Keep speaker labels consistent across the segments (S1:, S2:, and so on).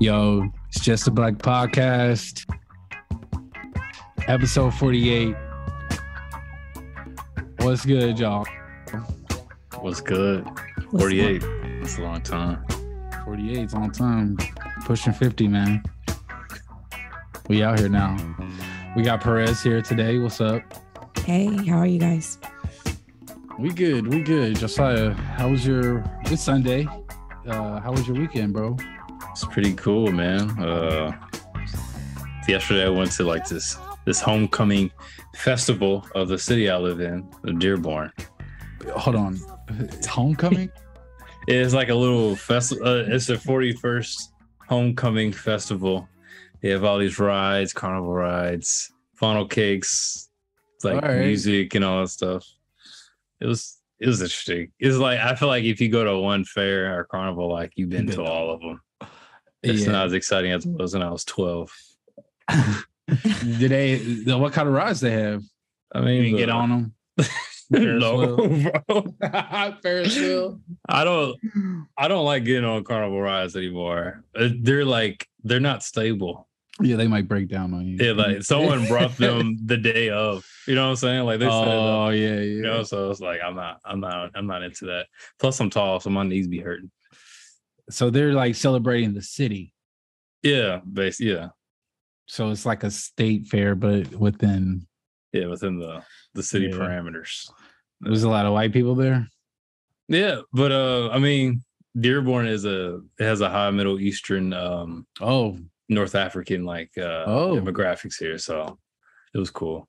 S1: Yo, it's just a black podcast. Episode 48. What's good, y'all?
S2: What's good?
S3: What's
S2: 48. It's a long time.
S1: 48 is a long time. Pushing 50, man. We out here now. We got Perez here today. What's up?
S3: Hey, how are you guys?
S1: We good. We good. Josiah, how was your it's Sunday? Uh, how was your weekend, bro?
S2: It's pretty cool, man. Uh, yesterday I went to like this this homecoming festival of the city I live in, Dearborn.
S1: Hold on. It's homecoming?
S2: It's like a little festival. Uh, it's the 41st homecoming festival. They have all these rides, carnival rides, funnel cakes, like
S1: All right.
S2: music and all that stuff. It was it was interesting. It's like I feel like if you go to one fair or carnival, like you've been
S1: Been
S2: to all of them. It's
S1: uh,
S2: not as exciting as it was when I was 12.
S1: Do they what kind of rides they have?
S2: I
S1: You
S2: mean,
S1: didn't get
S2: the-
S1: on them.
S2: no, bro.
S1: Ferris wheel.
S2: I don't. I don't like getting on carnival rides anymore. Uh, They're like they're not stable.
S1: Yeah, they might break down on you.
S2: Yeah, like someone brought them the day of. You know what I'm saying? Like they uh, set it up,
S1: oh yeah,
S2: You
S1: yeah.
S2: know, so it's like I'm not, I'm not, I'm not into that. Plus, I'm tall, so my knees be hurting.
S1: So they're like celebrating the city.
S2: Yeah, base. Yeah,
S1: So it's like a state fair, but within
S2: yeah, within the the city
S1: Yeah.
S2: parameters.
S1: there's a lot of white people there.
S2: Yeah, but uh, I mean, Dearborn is a it has a high Middle Eastern um
S1: Oh,
S2: North African like uh
S1: Oh.
S2: demographics here, so it was cool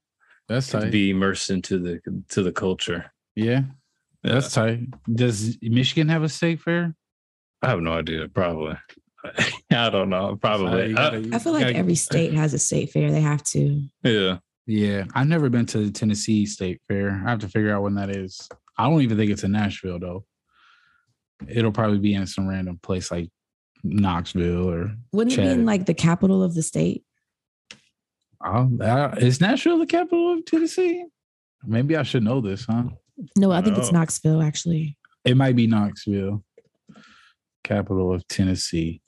S1: that's
S2: to
S1: tight.
S2: be immersed into the to the culture.
S1: yeah,
S2: Yeah.
S1: that's tight. Does Michigan have a state fair?
S2: I have no idea. Probably, I don't
S1: Sorry,
S2: know. Probably,
S1: you
S2: I-
S1: gotta-
S3: I feel like
S2: Yeah.
S3: every state has a state fair. They have to.
S2: yeah.
S1: yeah, I've never been to the Tennessee State Fair. I have to figure out when that is. I don't even think it's in Nashville though. It'll probably be in some random place like Knoxville or
S3: Wouldn't it be
S1: Chatted.
S3: in like the capital of the state?
S1: Um, uh, is Nashville the capital of Tennessee? Maybe I should know this, huh?
S3: No, I think it's
S2: No.
S3: Knoxville actually.
S1: It might be Knoxville, capital of Tennessee.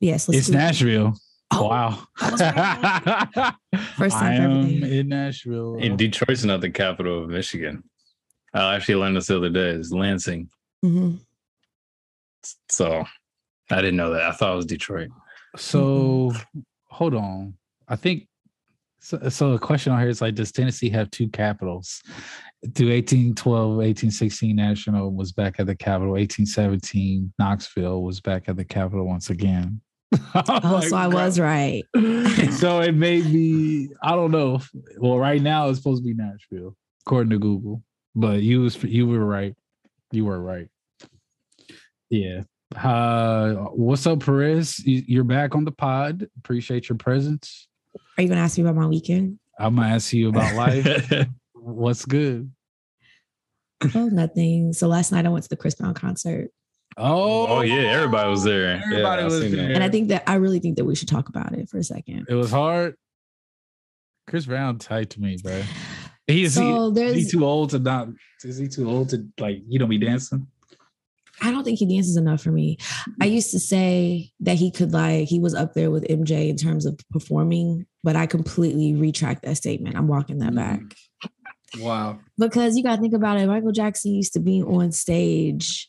S3: Yes, let's
S1: it's
S3: do it.
S1: Nashville.
S3: Oh,
S1: wow.
S3: I was
S1: I
S3: First time for
S1: am
S3: everything.
S1: in Nashville.
S2: And Detroit's not the capital of Michigan. I actually learned this the other day. It's Lansing.
S3: Mhm.
S2: So I didn't know that. I thought it was Detroit.
S3: Mm-hmm.
S1: So hold on. I think so, so. A question on here is like, does Tennessee have two capitals? Do 1812, 1816 National was back at the capital. 1817 Knoxville was back at the capital once again.
S3: Oh, so I was right.
S1: so it may be, I don't know. Well, right now it's supposed to be Nashville, according to Google. But you was you were right. You were right. Yeah. Uh what's up, Perez? You- You're back on the pod. Appreciate your presence.
S3: Are you gonna ask me about my weekend?
S1: I'm gonna ask you about life. what's good?
S3: Oh, nothing. So last night I went to the Chris Brown concert,
S1: Oh,
S2: oh yeah, everybody was there. Yeah,
S1: Everybody
S2: I
S1: was
S2: seen that.
S1: there.
S3: and I think that I really think that we should talk about it for a second.
S1: It was hard. Chris Brown tied to me, bro. He's
S3: So
S1: is he
S3: there's,
S1: too old to not is he too old to like you don't be dancing?
S3: I don't think he dances enough for me. I
S2: Mm.
S3: used to say that he could like he was up there with MJ in terms of performing, but I completely retract that statement. I'm walking that
S2: Mm-hmm.
S1: Mhm.
S3: back.
S1: Wow.
S3: because you got to think about it. Michael Jackson used to be on stage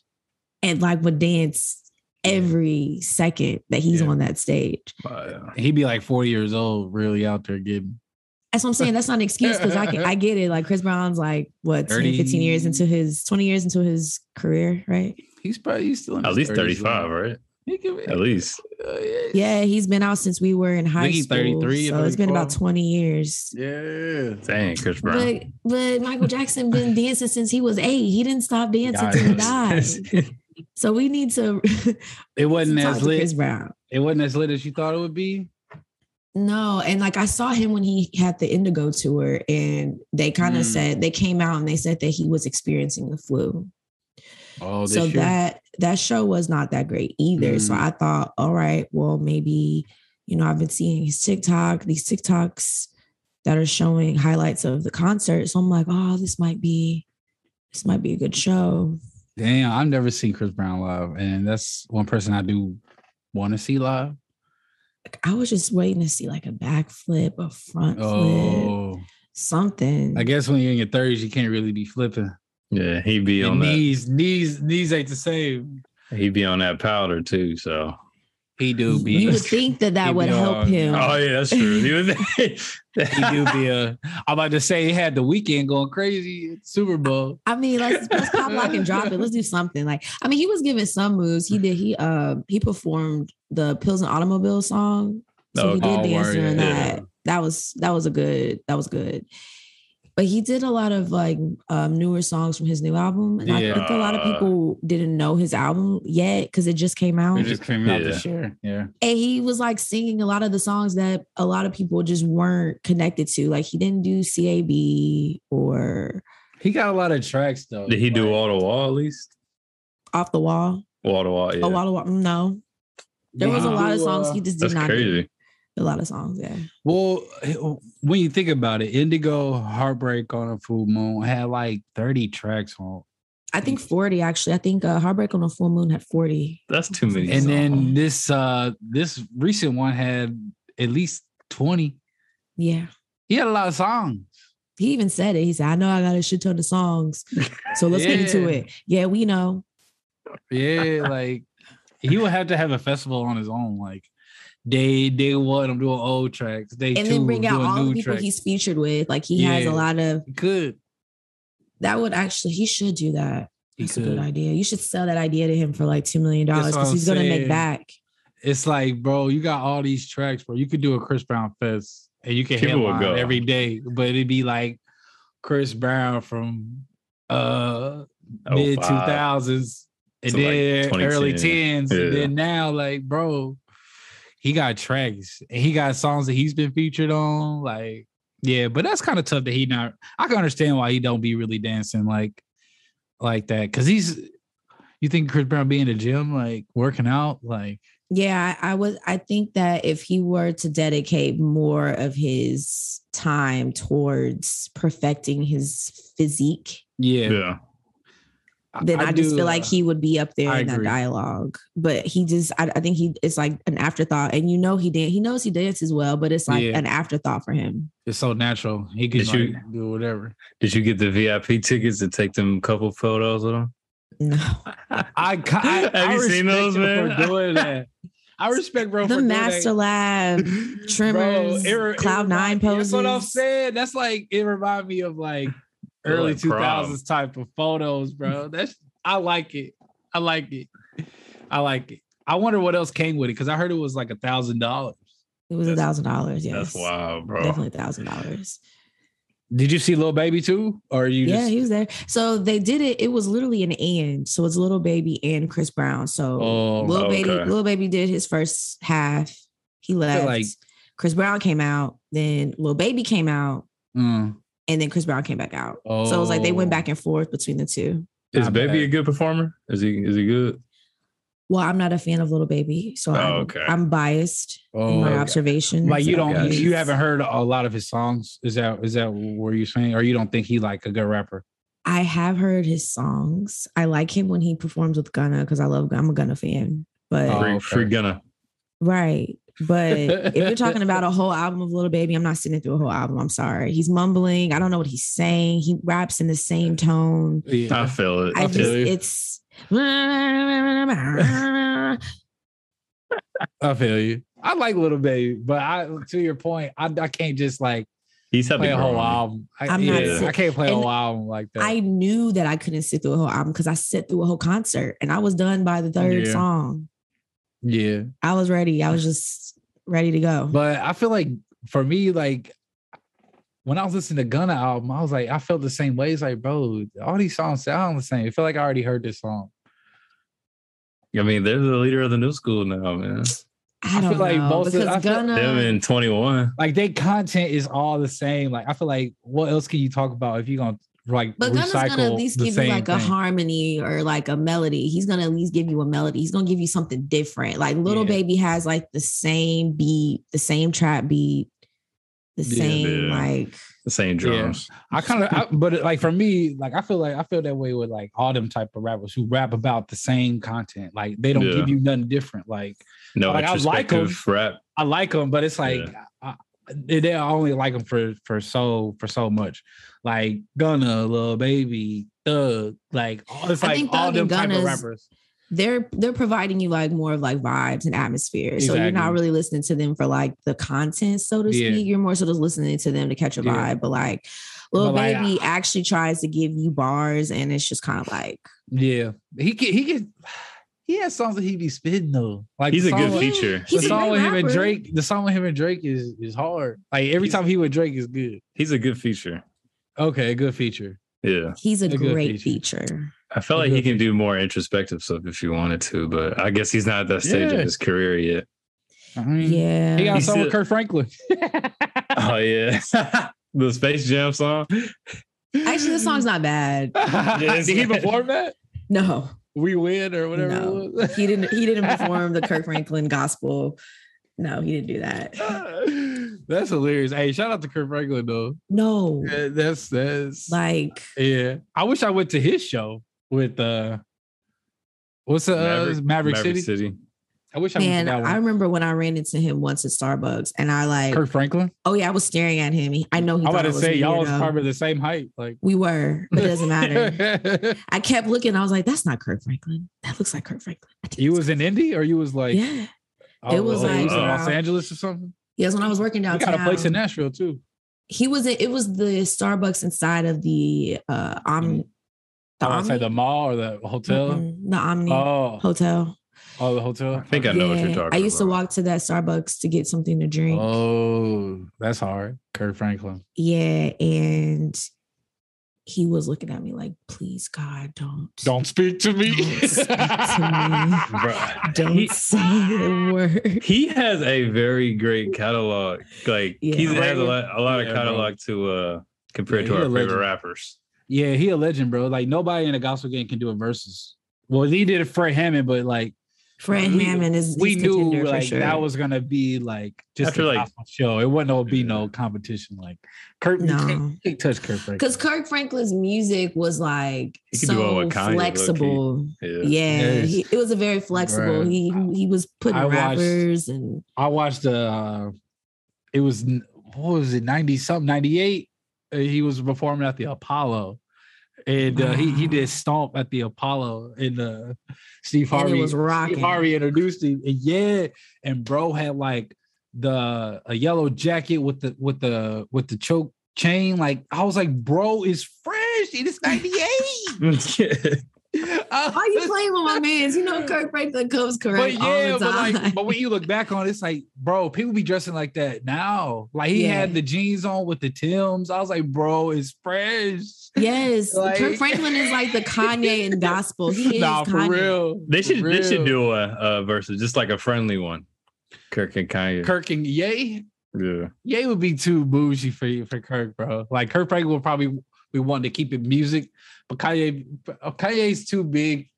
S3: and like would dance every second that he's
S1: Yeah.
S3: on that stage.
S2: But, yeah.
S1: He'd be like 40 years old, really out there getting
S3: That's what I'm saying. That's not an excuse because I can, I get it. Like Chris Brown's like what 10, 15 years
S1: 30.
S3: into his 20 years into his career, right?
S1: he's probably he's still in
S2: At
S1: his
S2: least
S1: 30s,
S2: 35, right?
S1: He could be-
S2: At least.
S1: uh,
S3: Yeah, he's been out since we were in high
S1: he's
S3: school.
S1: 33,
S3: so it's been about
S1: 34.
S3: 20 years.
S1: Yeah.
S2: Dang, Chris Brown.
S3: But but Michael Jackson been dancing since he was eight. He didn't stop dancing till he died. So we need to
S1: It wasn't
S3: talk
S1: as
S3: to Chris
S1: lit.
S3: Brown.
S1: It wasn't as lit as you thought it would be.
S3: No, and like I saw him when he had the Indigo tour, and they kind of
S1: Mm.
S3: said they came out and they said that he was experiencing the flu.
S1: Oh,
S3: so that that show was not that great either. So
S1: Mm.
S3: I thought, all right, well maybe you know I've been seeing his TikTok, these TikToks that are showing highlights of the concert. So I'm like, oh, this might be this might be a good show.
S1: Damn, I've never seen Chris Brown live, and that's one person I do want to see live?
S3: Like, I was just waiting to see like a backflip, a front flip,
S1: Oh,
S3: something.
S1: I guess when you're in your thirties, you can't really be flipping.
S2: Yeah, he'd be
S1: Your
S2: on that.
S1: knees, knees, knees ain't the same.
S2: He'd be on that powder too. So.
S1: He do
S3: you,
S1: be.
S3: you would think that
S1: he'd
S3: that would
S1: be
S3: help
S1: on-
S3: him.
S2: Oh yeah, that's true. He was-
S1: he do be a. I'm about to say he had the weekend going crazy at Super Bowl.
S3: I mean, let's, let's pop lock and drop it. Let's do something. Like, I mean, he was giving some moves. He did. He uh he performed the Pills and Automobile song. So he
S1: Okay.
S3: did dance
S1: Oh,
S3: during
S2: yeah.
S3: that. That was that was a good that was good. But he did a lot of like um, newer songs from his new album, and I think a lot of
S2: Yeah.
S3: people didn't know his album yet because it just came out.
S1: It just came out
S2: Yeah.
S1: this year. Yeah.
S3: and he was like singing a lot of the songs that a lot of people just weren't connected to. Like he didn't do CAB or
S1: He got a lot of tracks though.
S2: Did he do
S1: Like,
S2: wall to wall at least?
S3: Off the Wall.
S2: Wall to wall, yeah.
S3: Oh, Walla Walla. No, there was a
S1: he
S3: lot of
S1: do,
S3: songs
S1: uh,
S3: he just did
S2: That's
S3: not. do.
S2: crazy.
S3: A lot of songs. Yeah.
S1: Well, h- when you think about it, Indigo, Heartbreak on a Full Moon had like 30 tracks on.
S3: I think 40 actually. I think uh, Heartbreak on a Full Moon had 40.
S2: That's too many.
S1: And then
S2: songs.
S1: this uh this recent one had at least 20.
S3: Yeah.
S1: He had a lot of songs.
S3: He even said it. He said, I know I got a shit ton of songs. So let's get into
S1: Yeah.
S3: it. Yeah, we know.
S1: Yeah, like he would have to have a festival on his own. Like day day one, I'm doing old tracks. Day
S3: And
S1: two,
S3: then bring
S1: I'm
S3: out
S1: doing
S3: all the
S1: new
S3: people
S1: tracks.
S3: he's featured with. Like he has
S1: Yeah.
S3: a lot of
S1: He could.
S3: that would actually he should do that.
S1: He
S3: That's a
S1: could.
S3: good idea. You should sell that idea to him for like two million dollars
S1: That's what
S3: because
S1: I'm
S3: he's gonna
S1: saying.
S3: make back.
S1: It's like, bro, you got all these tracks, bro. You could do a Chris Brown fest and you can
S2: People would
S1: headline
S2: go.
S1: every day, but it'd be like Chris Brown from uh
S2: Oh,
S1: mid two
S2: five.
S1: thousands and
S2: To, like,
S1: then early
S2: 2010.
S1: tens, and
S2: Yeah.
S1: then now like, bro, he got tracks and he got songs that he's been featured on, like. Yeah, but that's kind of tough that he not. I can understand why he don't be really dancing like, like that because he's. You think Chris Brown be in the gym like working out like
S3: Yeah, I, I was. I think that if he were to dedicate more of his time towards perfecting his physique,
S1: Yeah,
S2: Yeah.
S3: then I, just feel like
S1: uh,
S3: he would be up there
S1: I
S3: in that
S1: agree.
S3: dialogue. But he just, I, I think he it's like an afterthought, and you know he dan- he knows he dances well, but it's like
S1: Yeah.
S3: an afterthought for him.
S1: it's so natural. He can
S2: Did you-
S1: like, do whatever.
S2: Did you get the VIP tickets and take them couple photos with them?
S3: No,
S1: I ca- I,
S2: Have
S1: I
S2: you
S1: respect
S2: seen those,
S1: him
S2: man?
S1: For doing that. I respect bro for
S3: the
S1: doing
S3: Master
S1: that.
S3: Lab, Tremors,
S1: it re- it
S3: Cloud
S1: remind-
S3: Nine poses.
S1: That's what I'm saying. That's like it reminds me of like
S2: They're
S1: early
S2: like
S1: two
S2: prom.
S1: thousands type of photos, bro. That's I like it. I like it. I like it. I wonder what else came with it because I heard it was like a thousand dollars.
S3: It was a
S2: That's-
S3: thousand dollars. Yes,
S2: That's wild, bro.
S3: definitely a thousand dollars.
S1: Did you see Lil Baby too, or you
S3: yeah,
S1: just
S3: he was there. So they did it. It was literally an and. So it's Little Baby and Chris Brown. So
S1: Oh,
S3: Little Baby,
S2: okay.
S3: Little Baby did his first half. He left.
S1: like-
S3: Chris Brown came out. Then Little Baby came out,
S1: Mm.
S3: and then Chris Brown came back out. So it was like they went
S1: Oh.
S3: back and forth between the two.
S2: Is
S1: Not
S2: Baby
S1: bad.
S2: a good performer? Is he is he good?
S3: Well, I'm not a fan of Little Baby, so
S2: Oh,
S3: I'm,
S2: okay.
S3: I'm biased in
S1: Oh,
S3: my
S1: okay.
S3: observations.
S1: like you don't
S2: Gotcha.
S1: you, you haven't heard a lot of his songs is that is that where you saying or you don't think he like a good rapper
S3: I have heard his songs. I like him when he performs with Gunna because I love. I'm a Gunna fan, but
S1: Oh,
S2: free,
S1: okay.
S2: free gunna.
S3: Right. But if you're talking about a whole album of Little Baby, I'm not sitting through a whole album. I'm sorry. He's mumbling. I don't know what he's saying. He raps in the same tone.
S2: I feel it.
S3: I
S1: I
S3: just,
S1: feel you.
S3: it's. I
S1: i feel you i like little baby but i to your point i, I can't just like
S2: He's had
S1: play
S2: to
S1: a whole
S2: grow on
S1: album I,
S3: I'm
S2: not
S1: yeah,
S2: sit-
S1: I can't play a
S3: and
S1: whole album like that
S3: knew that I couldn't sit through a whole album because I sat through a whole concert and I was done by the third
S1: Yeah.
S3: song.
S1: yeah
S3: I was ready. I was just ready to go.
S1: but i feel like for me like when I was listening to Gunna album, I was like, I felt the same way. It's like, bro, all these songs sound the same. I feel like I already heard this song.
S2: it. I mean, they're the leader of the new school now, man.
S3: I,
S1: I
S3: don't
S1: feel like
S3: know
S1: both of-
S3: because
S1: I feel-
S3: Gunna.
S2: Them in 21.
S1: like they content is all the same. Like I feel like what else can you talk about if you're gonna like
S3: But Gunna's
S1: recycle
S3: gonna at least
S1: the
S3: give you
S1: same
S3: like a
S1: thing?
S3: harmony or like a melody. He's gonna at least give you a melody. He's gonna give you something different. Like Little
S1: Yeah.
S3: Baby has like the same beat, the same trap beat, the
S1: Yeah,
S3: same
S2: yeah.
S3: like
S2: the same
S1: Yeah.
S2: drums.
S1: I kind of, but it, like for me, like I feel like I feel that way with like all them type of rappers who rap about the same content. Like they don't
S2: Yeah.
S1: give you nothing different. Like
S2: No
S1: Like, I like 'em.
S2: introspective rap.
S1: I like them, but it's like I, I, they I only like them for for so for so much. Like Gunna, Lil Baby, Thug, like all- it's
S3: I
S1: like
S3: think
S1: all
S3: Thug
S1: them
S3: and
S1: type of
S3: Gunna's-
S1: rappers.
S3: they're they're providing you like more of like vibes and atmosphere. So
S1: Exactly.
S3: you're not really listening to them for like the content, so to
S1: Yeah.
S3: speak. You're more so just listening to them to catch a vibe.
S1: Yeah.
S3: But like little
S1: But, like,
S3: baby actually tries to give you bars, and it's just kind of like
S1: Yeah, he can he can he has songs that he be spitting though. Like
S2: He's a
S1: the
S2: good
S1: song- The
S2: feature.
S3: oh, He's a
S1: song
S3: great
S1: with him and
S3: rapper.
S1: Drake, the song with him and Drake is is hard. Like every
S2: He's-
S1: time he with Drake is good.
S2: He's a good feature.
S1: Okay, good feature.
S2: Yeah.
S3: he's a,
S1: A good
S3: great
S1: feature.
S3: feature.
S2: I felt
S1: A
S2: like he
S1: good
S2: can do more introspective stuff if he wanted to, but I guess he's not at that stage of
S1: Yeah.
S2: his career yet.
S1: I mean,
S3: Yeah.
S1: Mm. He got a
S2: He's
S1: song with
S2: a-
S1: Kurt Franklin.
S2: Oh yeah. the Space Jam song.
S3: Actually, this song's not bad.
S1: Did he perform that?
S3: No,
S1: We win or whatever
S3: No.
S1: it was.
S3: he didn't. He didn't perform the Kirk Franklin gospel. No, he didn't do that.
S1: that's hilarious. Hey, shout out to Kurt Franklin though.
S3: No,
S1: Yeah, That's that's
S3: like
S1: yeah. I wish I went to his show with uh what's the uh, Maverick, City? I wish I
S3: man,
S1: went to
S3: I
S1: that one.
S3: remember when I ran into him once at Starbucks, and I like
S1: Kurt Franklin.
S3: Oh yeah, I was staring at him. He- I know he.
S1: I'm about
S3: thought I
S1: to
S3: was
S1: say y'all was
S3: weirdo.
S1: probably the same height. Like
S3: We were, but it doesn't matter.
S1: matter.
S3: I kept looking. I was like, "That's not Kurt Franklin. That looks like Kurt Franklin." I think
S1: you
S3: it's
S1: was in Indy or you was
S3: Kurt-
S1: like
S3: yeah,
S1: oh,
S3: it was
S1: oh,
S2: like,
S1: you was in
S2: uh,
S1: Los Angeles or something.
S3: yes. When I was working
S1: We
S3: downtown,
S1: got a place in Nashville too.
S3: he was. in- It was the Starbucks inside of the uh Om.
S1: Oh, I want to say
S3: Omni?
S1: the mall or the hotel.
S3: Mm-mm, the Omni
S1: Oh,
S3: Hotel.
S1: oh, the hotel.
S2: I think I know what you're talking
S3: I used to
S2: about.
S3: walk to that Starbucks to get something to drink.
S1: Oh, that's hard. Kurt Franklin.
S3: Yeah, and he was looking at me like, "Please, God, don't,
S1: Don't speak to me.
S3: Don't speak to
S2: Bruh.
S3: don't
S2: He-
S3: say the word."
S2: he has a very great catalog. Like
S3: Yeah.
S2: he has a lot, a lot
S1: Yeah,
S2: of
S1: bro.
S2: catalog to uh compared
S1: Yeah,
S2: to
S1: he
S2: our
S1: a
S2: favorite
S1: legend.
S2: rappers.
S1: yeah, he a legend, bro. Like nobody in the gospel game can do a versus. Well, he did it for Hammond, but like
S3: Fred
S1: We-
S3: Hammond is
S1: we
S3: his
S1: knew
S3: contender for
S1: like
S3: sure.
S1: that was gonna be like just
S2: After,
S1: a
S2: like-
S1: gospel show. It wasn't gonna be
S2: Yeah.
S1: no competition. Like Kurt, you
S3: No.
S1: can't, you can't touch Kurt Franklin.
S3: because Kirk Franklin's music was like
S2: He could do all
S3: so
S2: what Kanye low-key.
S3: flexible.
S2: Yeah.
S3: Yeah, he, it was a very flexible.
S1: Bruh.
S3: He he was putting
S1: I watched-
S3: rappers and
S1: I watched the. Uh, it was n- what was it ninety something ninety eight. He was performing at the Apollo, and uh, he he did stomp at the Apollo in the Steve
S3: Ah. and
S1: Harvey.
S3: it was
S1: Steve
S3: rocking.
S1: Harvey introduced him, and yeah, and bro had like the a yellow jacket with the with the with the choke chain. Like I was like, bro is fresh. It is ninety eight.
S3: Why you playing with my man's? You know Kirk Franklin comes
S1: But
S3: correct
S1: yeah,
S3: all the
S1: but
S3: time.
S1: like, but when you look back on it, it's like, bro, people be dressing like that now. Like he
S3: Yeah.
S1: had the jeans on with the Tims. I was like, bro, it's fresh.
S3: yes,
S1: Like-
S3: Kirk Franklin is like the Kanye and gospel. He is
S1: nah, for
S3: Kanye.
S1: real.
S2: They
S1: For
S2: should they should
S1: real.
S2: do a, a versus just like a friendly one. Kirk and Kanye.
S1: Kirk and Ye.
S2: Yeah.
S1: Ye would be too bougie for you for Kirk, bro. Like Kirk Franklin would probably be wanting to keep it music, but Kanye, Kanye's too big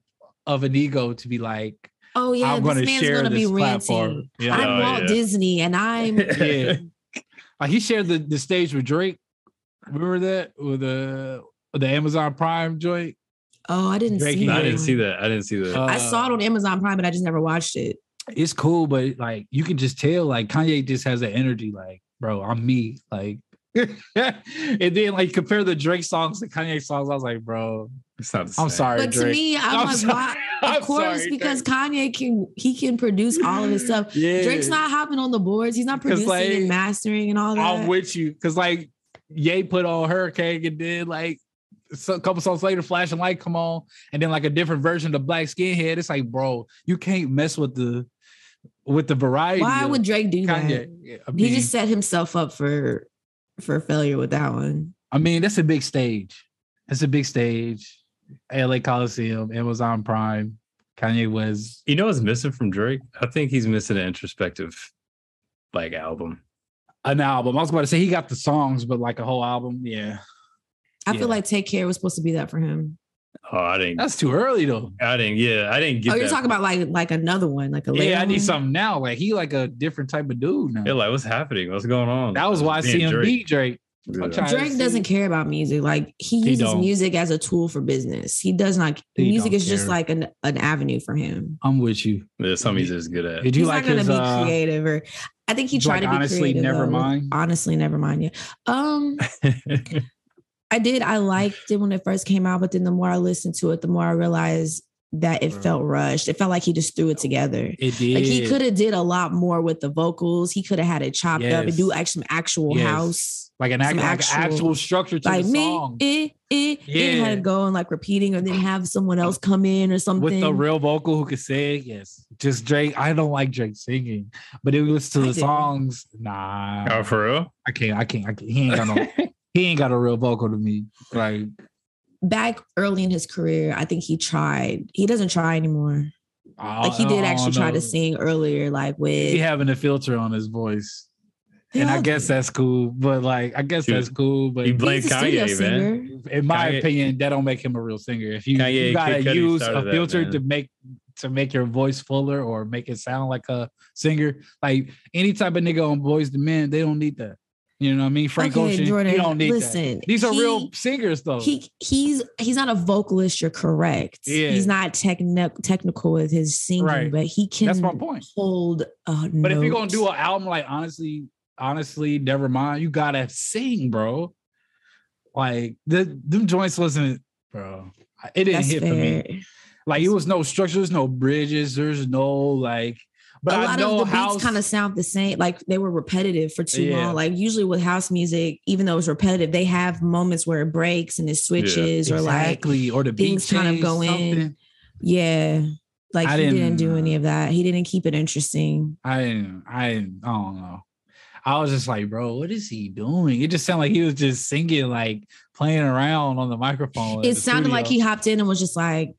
S1: of an ego to be like,
S3: Oh yeah,
S1: I'm
S3: this
S1: gonna
S3: man's
S1: share
S3: gonna be
S1: this
S3: ranting.
S1: platform. Yeah.
S3: I'm
S2: Oh,
S3: Walt
S2: yeah.
S3: Disney, and I'm
S1: yeah. Like he shared the, the stage with Drake. Remember that with the the Amazon Prime joint?
S3: oh I didn't
S1: Drake and
S3: see.
S2: No,
S3: that.
S2: I didn't see that. I didn't see
S1: Uh,
S2: that.
S3: I saw it on Amazon Prime, but I just never watched it.
S1: It's cool, but like you can just tell, like Kanye just has that energy, like, bro, I'm me. Like and then like compare the Drake songs to Kanye songs. I was like, bro,
S2: it's not the same.
S1: I'm sorry.
S3: But to
S1: Drake.
S3: me, I'm,
S1: I'm
S3: like,
S1: sorry.
S3: why?
S1: I'm
S3: Of course,
S1: sorry,
S3: because Kanye can he can produce all of his stuff.
S1: Drake. Yeah.
S3: Drake's not hopping on the boards. He's not
S1: 'Cause,
S3: producing and
S1: like,
S3: mastering and all that.
S1: I'm with you. Cause like Ye put on Hurricane and then like so, a couple songs later, flashing light come on, and then like a different version of Black Skinhead. It's like, bro, you can't mess with the with the variety.
S3: why
S1: of
S3: would Drake do that?
S1: Kanye? I mean,
S3: He just set himself up for for failure with that one.
S1: I mean, that's a big stage. That's a big stage. LA Coliseum, Amazon Prime. Kanye was
S2: You know what's missing from Drake? I think he's missing an introspective like album.
S1: an album. I was about to say he got the songs, but like a whole album. Yeah.
S3: I
S1: Yeah.
S3: feel like Take Care was supposed to be that for him.
S2: Oh, I didn't
S1: That's too early though.
S2: I didn't yeah, I didn't get
S3: oh, you're
S2: that.
S3: talking about like like another one, like a later
S1: Yeah, I need
S3: one?
S1: something now. Like he like a different type of dude now.
S2: Yeah, like what's happening? What's going on?
S1: That was why I
S2: Being
S1: see him
S2: Drake.
S1: beat Drake. I'm trying to
S3: Drake
S1: see-
S3: doesn't care about music. Like he
S1: He
S3: uses
S1: don't.
S3: music as a tool for business. He does not.
S1: He
S3: music
S1: don't
S3: is just
S1: care.
S3: like an, an avenue for him.
S1: I'm with you.
S2: There's something he's just good at.
S1: Did you
S3: He's
S1: like
S3: not gonna
S1: his?
S3: be
S1: uh,
S3: creative or. I think he
S1: did you
S3: tried
S1: like
S3: to be
S1: honestly,
S3: creative,
S1: never
S3: though, with-
S1: mind?
S3: Honestly, never mind. Yeah. Um, I did. I liked it when it first came out, but then the more I listened to it, the more I realized that it
S1: Right.
S3: felt rushed. It felt like he just threw it together.
S1: It did.
S3: Like he could have did a lot more with the vocals. He could have had it chopped up and
S1: Yes.
S3: do actual actual
S1: Yes.
S3: house.
S1: like an act,
S3: some
S1: like actual,
S3: actual-
S1: actual structure to
S3: like
S1: the
S3: me,
S1: song
S3: eh, eh. Then it had
S1: Yeah.
S3: to go and like repeating, or then have someone else come in or something.
S1: with a real vocal who could sing. Yes, just Drake. I don't like Drake singing, but if you listen
S3: I
S1: to the
S3: do.
S1: songs, nah,
S2: oh, for real?
S1: I can't. I can't. I can't. He ain't got no. he ain't got a real vocal to me. Like
S3: Back early in his career, I think he tried. He doesn't try anymore.
S1: I-
S3: Like he
S1: I
S3: did
S1: don't
S3: actually try
S1: know.
S3: to sing earlier, like with.
S1: Oh, He having a filter on his voice,
S3: They
S1: and I
S3: all
S1: guess
S3: do.
S1: that's cool. But like, I guess
S2: Dude,
S1: that's cool. But
S2: You
S1: in
S2: blame
S3: He's a studio
S2: Kanye, man.
S3: singer.
S1: my
S2: Kanye-
S1: opinion, that don't make him a real singer. If you,
S2: Kanye
S1: you gotta
S2: Kid Cudi
S1: use
S2: started
S1: a
S2: that,
S1: filter to
S2: man.
S1: make to make your voice fuller or make it sound like a singer, like any type of nigga on Boys the Men, they don't need that. You know what I mean? Frank
S3: Okay,
S1: Ocean,
S3: Jordan,
S1: you don't need that.
S3: listen,
S1: These are real
S3: he-
S1: singers though.
S3: He he's he's not a vocalist. You're correct.
S1: Yeah.
S3: He's not techni- technical with his singing,
S1: Right.
S3: but he can.
S1: That's my point.
S3: Hold a
S1: But if you're gonna do an album like honestly, honestly, never mind, you gotta sing, bro. Like the them joints wasn't, bro. It didn't
S3: that's
S1: hit for me.
S3: fair.
S1: Like it was no structure, there's no bridges, there's no like. But
S3: a
S1: I
S3: lot
S1: know
S3: of the
S1: how
S3: beats kind of sound the same. Like they were repetitive for too
S1: Yeah.
S3: long. Like usually with house music, even though it's repetitive, they have moments where it breaks and it switches, or like
S1: exactly or the
S3: things
S1: beat
S3: kind of
S1: change,
S3: go in.
S1: something.
S3: yeah, like
S1: I
S3: he didn't,
S1: didn't-
S3: do any of that. He didn't keep it interesting.
S1: I didn't, I didn't, I don't know. I was just like, bro, what is he doing? It just sounded like he was just singing, like playing around on the microphone. in
S3: It
S1: the
S3: sounded like he
S1: studio.
S3: hopped in and was just like,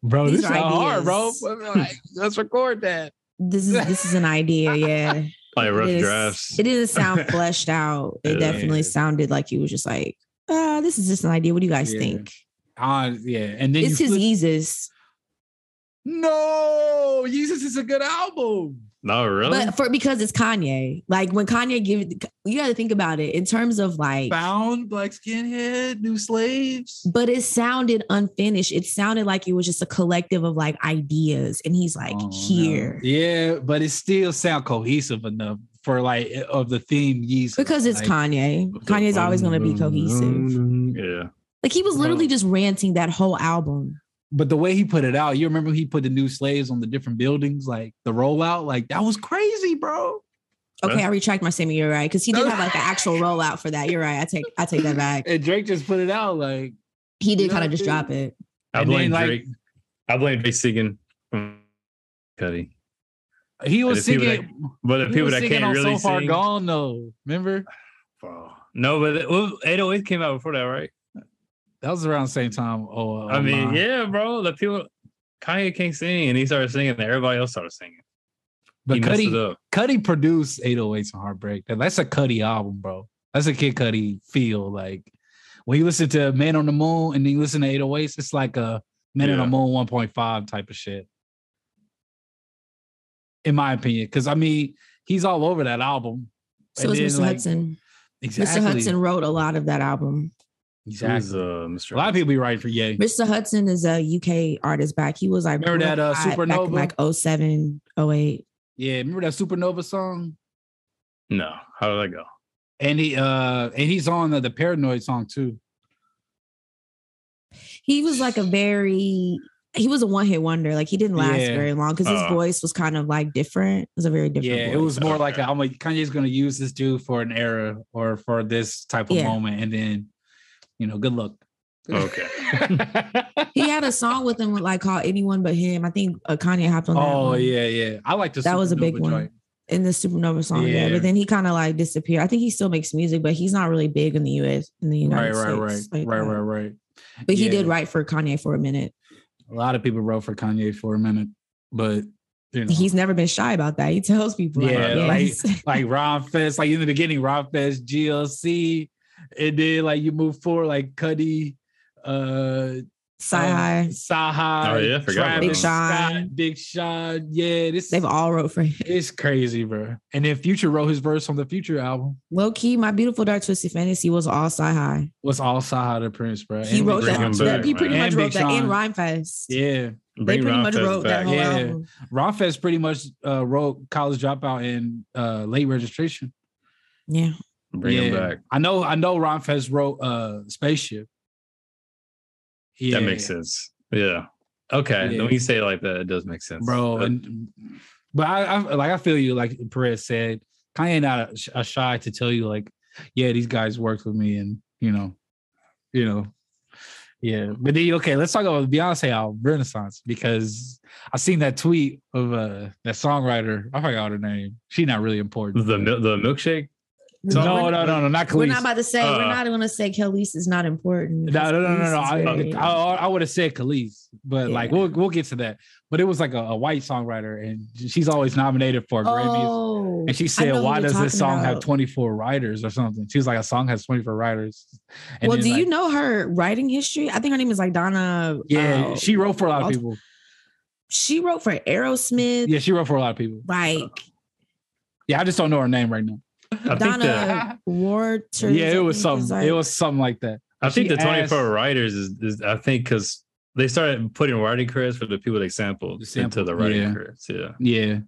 S1: bro,
S3: these
S1: this is
S3: are
S1: hard, bro.
S3: ideas.
S1: Like, let's record that.
S3: "This is this is an idea." Yeah,
S2: Like rough
S3: It is-
S2: drafts.
S3: It didn't sound fleshed out. It
S2: Yeah.
S3: definitely sounded like he was just like, uh, this is just an idea. What do you guys
S1: Yeah.
S3: think?
S1: Uh, yeah, and then
S3: it's
S1: you
S3: his e-
S1: flip-
S3: Yeezus.
S1: no, Jesus is a good album.
S2: No, really?
S3: But for because it's Kanye. Like when Kanye give you gotta think about it in terms of like
S1: Found black skinhead, new slaves.
S3: but it sounded unfinished. It sounded like it was just a collective of like ideas. And he's like,
S1: Oh, no.
S3: here.
S1: Yeah, but it still sound cohesive enough for like of the theme Yeezus.
S3: Because it's
S1: like,
S3: Kanye. Kanye's always gonna be cohesive.
S2: Yeah.
S3: Like he was
S1: Bro.
S3: literally just ranting that whole album.
S1: But the way he put it out, you remember he put the new slaves on the different buildings, like the rollout, like that was crazy, bro.
S3: Okay,
S2: Huh?
S3: I retract my statement. You're right, because he did have like an actual rollout for that. You're right. I take I take that back.
S1: And Drake just put it out, like
S3: He did
S1: You know
S3: kind
S1: what
S3: of just
S1: I
S3: drop it.
S2: I
S1: And then,
S2: blame
S1: like-
S2: Drake. I blame Drake singing from Cuddy.
S1: he was
S2: the people
S1: singing.
S2: But the
S1: he
S2: people
S1: was
S2: that
S1: singing
S2: can't
S1: on
S2: really
S1: so far
S2: sing.
S1: gone though. Remember
S2: Bro. No, but it, well, 808 came out before that, right?
S1: that was around the same time. Oh,
S2: I mean,
S1: online.
S2: yeah, bro. The people Kanye can't sing and he started singing and everybody else started singing.
S1: But
S2: he messed
S1: Cuddy,
S2: it up.
S1: Cuddy produced 808s and Heartbreak. That- That's a Cuddy album, bro. That's a Kid Cuddy feel. Like when you listen to Man on the Moon and then you listen to 808s, it's like a Man on
S2: Yeah.
S1: the Moon 1.5 type of shit. In my opinion, because I mean, he's all over that album.
S3: So
S1: And
S3: it's
S1: then,
S3: Mr.
S1: like,
S3: Hudson.
S1: Exactly.
S3: Mr. Hudson wrote a lot of that album.
S1: Exactly.
S2: Who's, uh, Mr.
S1: a lot of people be right for Ye.
S3: Mr. Hudson is a UK artist back. He was like
S1: Remember that, uh,
S3: worldwide
S1: Supernova?
S3: back in like 07, 08.
S1: Yeah, remember that Supernova song?
S2: No. How did that go?
S1: And he uh and he's on the, the Paranoid song too.
S3: He was like a very he was a one hit wonder. Like he didn't last
S1: Yeah.
S3: very long because his
S2: Uh.
S3: voice was kind of like different. It was a very different.
S1: Yeah, it
S3: voice.
S1: was more like
S2: Okay.
S1: a, I'm like Kanye's gonna use this dude for an era or for this type of
S3: Yeah.
S1: moment, and then you know, good luck.
S2: Okay.
S3: He had a song with him with like called anyone but him. I think uh, Kanye hopped on. that
S1: oh
S3: one
S1: yeah, yeah. I like the
S3: That was a big
S1: Supernova
S3: one.
S1: joint.
S3: in the Supernova song. Yeah,
S1: Yeah.
S3: but then he kind of like disappeared. I think he still makes music, but he's not really big in the U.S. in the
S1: Right,
S3: United
S1: right, right,
S3: States.
S1: right,
S3: Like,
S1: right,
S3: uh,
S1: right,
S3: But he
S1: Yeah.
S3: did write for Kanye for a minute.
S1: A lot of people wrote for Kanye for a minute, but you know,
S3: He's never been shy about that. He tells people,
S1: Uh-huh. Yeah,
S3: like,
S1: like-
S3: yes.
S1: like Ron Fest, like in the beginning, Ron Fest, GLC, and then like you move forward, like Cuddy, uh,
S3: Sci High.
S1: Sahai.
S2: Oh, yeah, I forgot about
S1: Travis
S3: Big
S1: Scott,
S3: Sean.
S1: Big Sean. Yeah, this
S3: They've all wrote for him.
S1: it's crazy, bro. And then Future wrote his verse on the Future album.
S3: Low key, my beautiful dark twisted fantasy was all Sci High.
S1: Was all Sahai the Prince, bro.
S3: He
S1: And
S3: wrote
S1: Big
S2: Bring
S3: that.
S2: him
S1: Sean,
S3: that-
S2: back,
S3: he pretty
S1: man.
S3: much
S1: And
S3: wrote
S1: Big
S3: that in
S1: Sean.
S3: Rhyme Fest.
S1: Yeah,
S3: They pretty
S2: Ron
S3: much
S2: Fez
S3: wrote that
S2: back.
S3: whole
S1: Yeah.
S3: album.
S1: Ron Fest pretty much uh, wrote College Dropout and uh, Late Registration.
S3: Yeah.
S2: Bring him back.
S1: I know. I know. Ron Fest wrote uh, Spaceship. Yeah,
S2: That makes sense. Yeah. Okay.
S1: Yeah.
S2: When you say it like that, it does make sense,
S1: bro.
S2: But
S1: And, but I, I like I feel you. Like Perez said, Kanye not a, sh- a shy to tell you like, yeah, these guys worked with me, and you know, you know, yeah. But then okay, let's talk about the Beyonce album Renaissance because I seen that tweet of uh that songwriter. I forgot her name. She not really important.
S2: the mil- the milkshake.
S1: no, no, no, no, not
S3: We're
S1: Khalees.
S3: not about to say, we're
S2: Uh,
S3: not going to say Khalees is not important.
S1: No, no, no, no, no. I,
S3: Khalees is very-
S1: I, would have said Khalees, but like
S3: Yeah.
S1: we'll we'll get to that. But it was like a, a white songwriter, and she's always nominated for Grammys.
S3: oh,
S1: And she
S3: I know
S1: said,
S3: who
S1: "Why
S3: you're
S1: does this
S3: talking
S1: song have
S3: about.
S1: 24 writers or something?" She was like, "A song has 24 writers." And
S3: well,
S1: then,
S3: do you
S1: like-
S3: know her writing history? I think her name is like Donna.
S1: Yeah,
S3: uh,
S1: she wrote for a lot of
S3: Walt-
S1: people.
S3: She wrote for Aerosmith.
S1: Yeah, she wrote for a lot of people.
S3: Like
S1: Yeah, I just don't know her name right now.
S2: I think that
S3: Donna Warter.
S1: yeah, it was something. it was something like that.
S2: I think
S1: she
S2: the twenty
S1: asked-
S2: four writers is, is I think because they started putting writing credits for the people they sampled
S1: The sample,
S2: into the writing
S1: yeah.
S2: credits. Yeah.
S1: Yeah,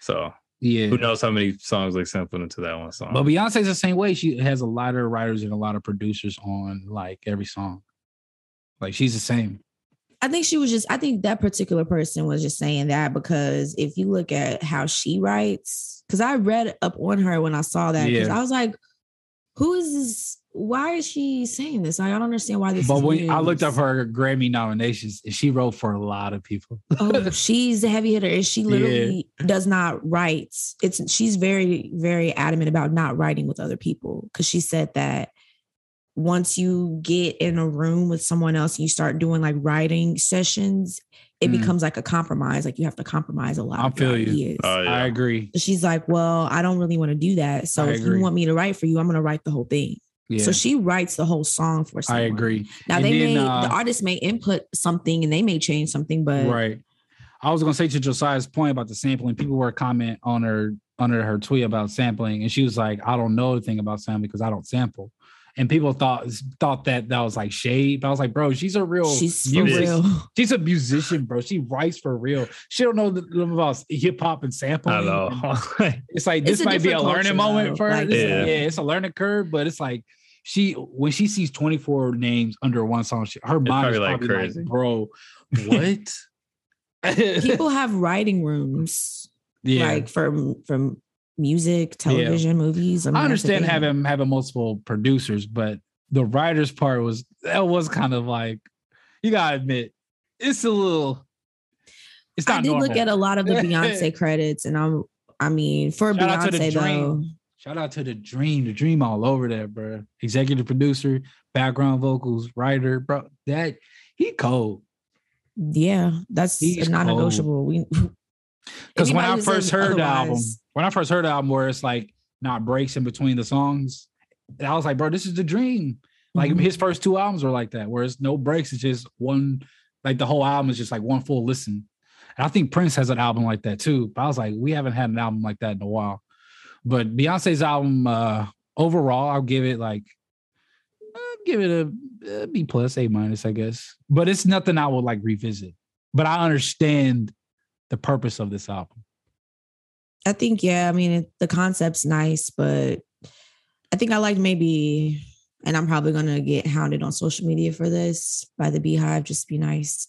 S2: So
S1: yeah.
S2: who knows how many songs they sampled into that one song?
S1: But Beyonce's the same way. She has a lot of writers and a lot of producers on like every song. Like she's the same.
S3: I think she was just. I think that particular person was just saying that because if you look at how she writes, because I read up on her when I saw that, because
S1: Yeah.
S3: I was like, "Who is this? Why is she saying this? Like, I don't understand why this."
S1: But
S3: is
S1: when I looked up
S3: news."
S1: her Grammy nominations, and she wrote for a lot of people.
S3: oh, she's a heavy hitter. And she literally does not write. It's she's very, very adamant about not writing with other people because she said that once you get in a room with someone else and you start doing like writing sessions, it
S1: Mm.
S3: becomes like a compromise. Like you have to compromise a lot.
S1: I
S3: of your
S1: feel you. Uh,
S3: ideas.
S2: Oh, yeah.
S1: I agree.
S3: She's like, well, I don't really want to do that. So
S1: I
S3: if
S1: agree.
S3: you want me to write for you, I'm gonna write the whole thing.
S1: Yeah,
S3: So she writes the whole song for
S1: I
S3: someone.
S1: agree.
S3: Now
S1: And
S3: they
S1: then,
S3: may
S1: uh,
S3: the artist may input something and they may change something, but
S1: Right. I was gonna say to Josiah's point about the sampling, people were comment on her under her tweet about sampling, and she was like, "I don't know anything about sampling because I don't sample." And people thought thought that that was like shade, but I was like, "Bro, she's a real
S3: she's for
S1: music-
S3: real.
S1: She's a musician, bro. She writes for real. She don't know the- about hip hop and sampling.
S2: I know.
S1: It's like
S3: It's
S1: this
S3: a
S1: might be a
S3: different
S1: learning
S3: culture,
S1: moment
S3: though.
S1: for her.
S3: Like,
S1: This- yeah.
S2: Yeah.
S1: it's a learning curve, but it's like she when she sees 24 names under one song, she, her mind is
S2: probably, like,
S1: probably like,
S2: crazy.
S1: bro, what?
S3: people have writing rooms
S1: yeah.
S3: like from from music television movies mean,
S1: I
S3: that's a
S1: understand
S3: thing.
S1: having having multiple producers, but the writers part was that was kind of like you gotta admit, it's a little it's not
S3: i did
S1: normal.
S3: look at a lot of the beyonce credits and i'm i mean for
S1: Shout out to the
S3: beyonce though
S1: Dream. Shout out to the Dream, the Dream all over that, bro. Executive producer, background vocals, writer, bro. That he cold.
S3: yeah that's
S1: He's
S3: non-negotiable we
S1: Because when
S3: anybody
S1: I
S3: who
S1: first
S3: says
S1: heard the album,
S3: otherwise-
S1: when I first heard the album, where it's like not breaks in between the songs, and I was like, bro, this is the Dream. Like
S3: Mhm.
S1: his first two albums were like that, where it's no breaks. It's just one, like the whole album is just like one full listen. And I think Prince has an album like that too. But I was like, we haven't had an album like that in a while. But Beyonce's album, uh, overall, I'll give it like, I'll give it a, a B plus, A minus, I guess. But it's nothing I would like revisit. But I understand the purpose of this album.
S3: i think yeah i mean it, the concept's nice but i think i like maybe and i'm probably going to get hounded on social media for this by the beehive just be nice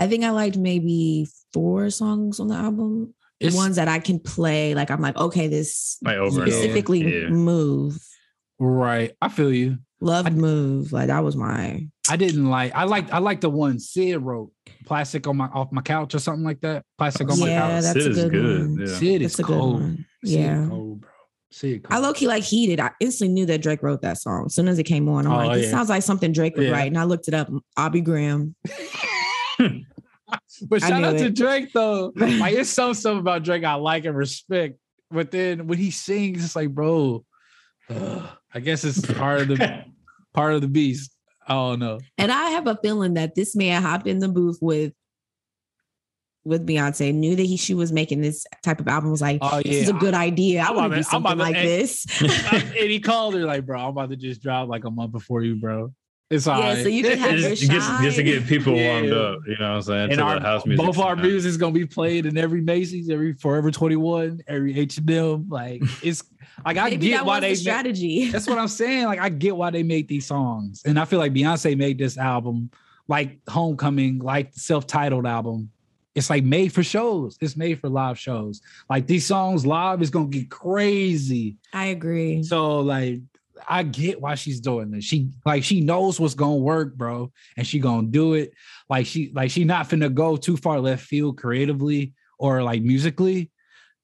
S3: i think i liked maybe four songs on the album
S1: It's
S3: ones that I can play. Like I'm like, okay, this
S2: like over and over.
S3: specifically
S2: Yeah.
S3: move,
S1: right. I feel you.
S3: love
S1: I-
S3: move. Like that was my
S1: I didn't like. I liked. I liked the one Sid wrote, "Plastic on my off my couch" or something like that. Plastic on
S3: Yeah,
S1: my couch.
S3: that's
S2: Sid
S3: a
S2: is
S3: good one.
S2: Yeah.
S1: Sid
S3: it's
S1: is
S3: a good
S1: cold.
S3: one.
S1: Sid is
S3: Yeah.
S1: cold, bro. Sid
S3: I
S1: cold.
S3: low key like heated. I instantly knew that Drake wrote that song. As soon as it came on, I'm
S1: Oh,
S3: like, this
S1: yeah.
S3: sounds like something Drake would
S1: Yeah.
S3: write. And I looked it up, Obby Graham.
S1: But
S3: I
S1: shout
S3: knew
S1: out to
S3: it.
S1: Drake though. Like it's some stuff about Drake I like and respect. But then when he sings, it's like, bro, ugh, I guess it's part of the part of the beast. I don't know.
S3: And I have a feeling that this man hopped in the booth with with Beyonce, knew that he she was making this type of album, was like,
S1: Oh,
S3: this is a
S1: yeah.
S3: good idea. I
S1: I'm
S3: want
S1: about
S3: to do
S1: to- I'm about
S3: something
S1: to-
S3: like
S1: and-
S3: this.
S1: and he called her like, bro, I'm about to just drop like a month before you, bro. It's all
S3: Yeah,
S1: right.
S3: so you can have your
S2: just, just, just to get people
S1: Yeah.
S2: warmed up, you know what I'm saying?
S1: and
S2: to
S1: our,
S2: the house music.
S1: both our
S2: scene.
S1: music is gonna be played in every Macy's, every Forever 21, every H and M. Like it's like I
S3: Maybe
S1: get
S3: that
S1: why
S3: was
S1: they
S3: the
S1: ma-
S3: strategy.
S1: that's what I'm saying. Like I get why they make these songs, and I feel like Beyonce made this album, like Homecoming, like self-titled album. It's like made for shows. It's made for live shows. Like these songs live is gonna get crazy.
S3: I agree.
S1: So like I get why she's doing this. She like she knows what's gonna work, bro, and she gonna do it. Like she like she not finna go too far left field creatively or like musically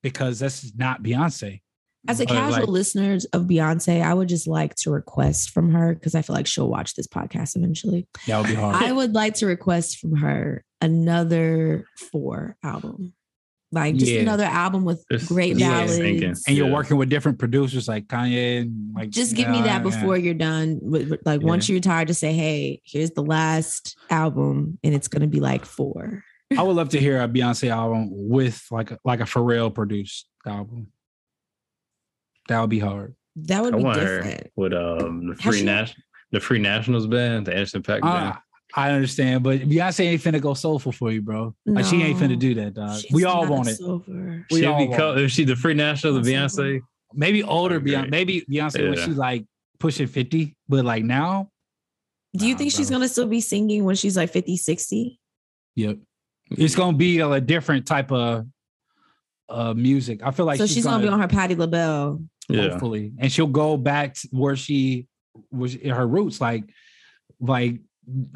S1: because that's not Beyonce.
S3: As a
S1: But,
S3: casual
S1: like,
S3: listeners of Beyonce, I would just like to request from her because I feel like she'll watch this podcast eventually.
S1: that would be hard.
S3: I would like to request from her another four album, like just
S1: Yeah.
S3: another album with
S2: This-
S3: great
S1: this is what I
S3: ballads.
S1: was
S2: thinking.
S1: and you're
S2: Yeah.
S1: working with different producers like Kanye and like
S3: Just give
S1: nah,
S3: me that
S1: nah.
S3: before you're done. With, with- like
S1: Yeah.
S3: once you're retired, just say, "Hey, here's the last album, and it's gonna be like four.
S1: I would love to hear a Beyonce album with like a, like a Pharrell produced album. That would be hard.
S3: That would
S2: I
S3: be
S2: want
S3: different.
S2: her with um the
S3: Has
S2: free
S3: she-
S2: Nat- the free nationals band, the Anderson Pack
S1: Uh,
S2: band.
S1: I understand, but Beyonce ain't finna go soulful for you, bro. Like she ain't
S3: No.
S1: finna do that, dog.
S3: She's
S1: Uh, we all
S3: not a
S1: want it.
S3: silver.
S1: we
S2: She'd
S1: all
S2: be co-
S1: want
S2: if she the free nationals, the
S3: Awesome.
S2: Beyonce.
S1: Maybe older
S2: Agree.
S1: Beyonce, maybe Beyonce when
S2: Yeah.
S1: she like pushing 50, but like now,
S3: Do you
S1: Nah,
S3: think she's
S1: bro.
S3: gonna still be singing when she's like 50, 60?
S1: yep.
S2: Mm-hmm.
S1: It's gonna be a, different type of uh music. I feel like
S3: so she's, gonna, be on her Patty LaBelle.
S2: Yeah,
S1: hopefully, and she'll go back to where she was her roots, like like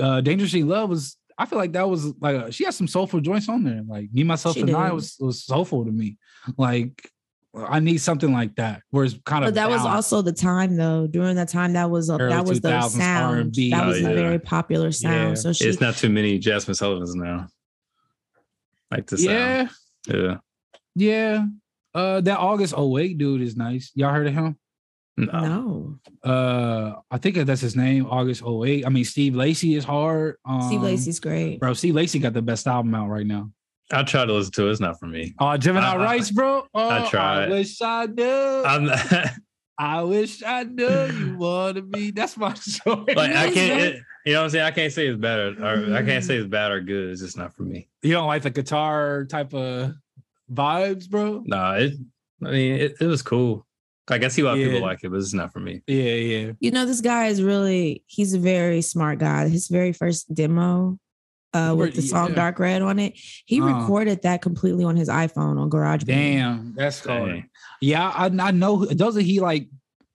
S1: uh Dangerously in Love was. I feel like that was like uh, she had some soulful joints on there. Like me, myself,
S3: She
S1: and I
S3: did.
S1: was was soulful to me. Like I need something like that, where it's kind of.
S3: But that was
S1: balanced.
S3: also the time though. During that time, that was a,
S1: Early
S3: that was the
S1: 2000s
S3: sound.
S1: R&B.
S3: That was
S2: Oh,
S3: a
S2: yeah.
S3: very popular sound.
S1: Yeah.
S3: So she
S2: it's not too many Jasmine Sullivans now. Like the
S1: yeah.
S2: sound. Yeah.
S1: Yeah. Uh that August 08 dude is nice. Y'all heard of him?
S2: No.
S3: no.
S1: Uh I think that's his name, August 08. I mean Steve Lacy is hard. Um,
S3: Steve Lacy's great.
S1: Bro, Steve Lacy got the best album out right now.
S2: I tried to listen to it. It's not for me.
S1: Oh, Gemini
S2: I- I-
S1: Rice, bro. Oh,
S2: I tried.
S1: wish I knew. i
S2: I'm like
S1: wish I knew you wanna be. That's my choice.
S2: I
S3: Nice,
S2: can't.
S3: right?
S2: It, you know what I'm saying? I can't say it's bad or, or I can't say it's bad or good. It's just not for me.
S1: you don't like the guitar type of vibes, bro?
S2: Nah, it. I mean, it, it was cool. Like I see why
S1: Yeah.
S2: people like it, but it's not for me.
S1: Yeah, yeah.
S3: You know, this guy is really he's a very smart guy. His very first demo uh with the
S1: Yeah.
S3: song Dark Red on it, he
S1: Uh.
S3: recorded that completely on his iPhone on GarageBand.
S1: Damn, that's cold.
S2: Dang.
S1: Yeah, I, I know. who- Doesn't he like?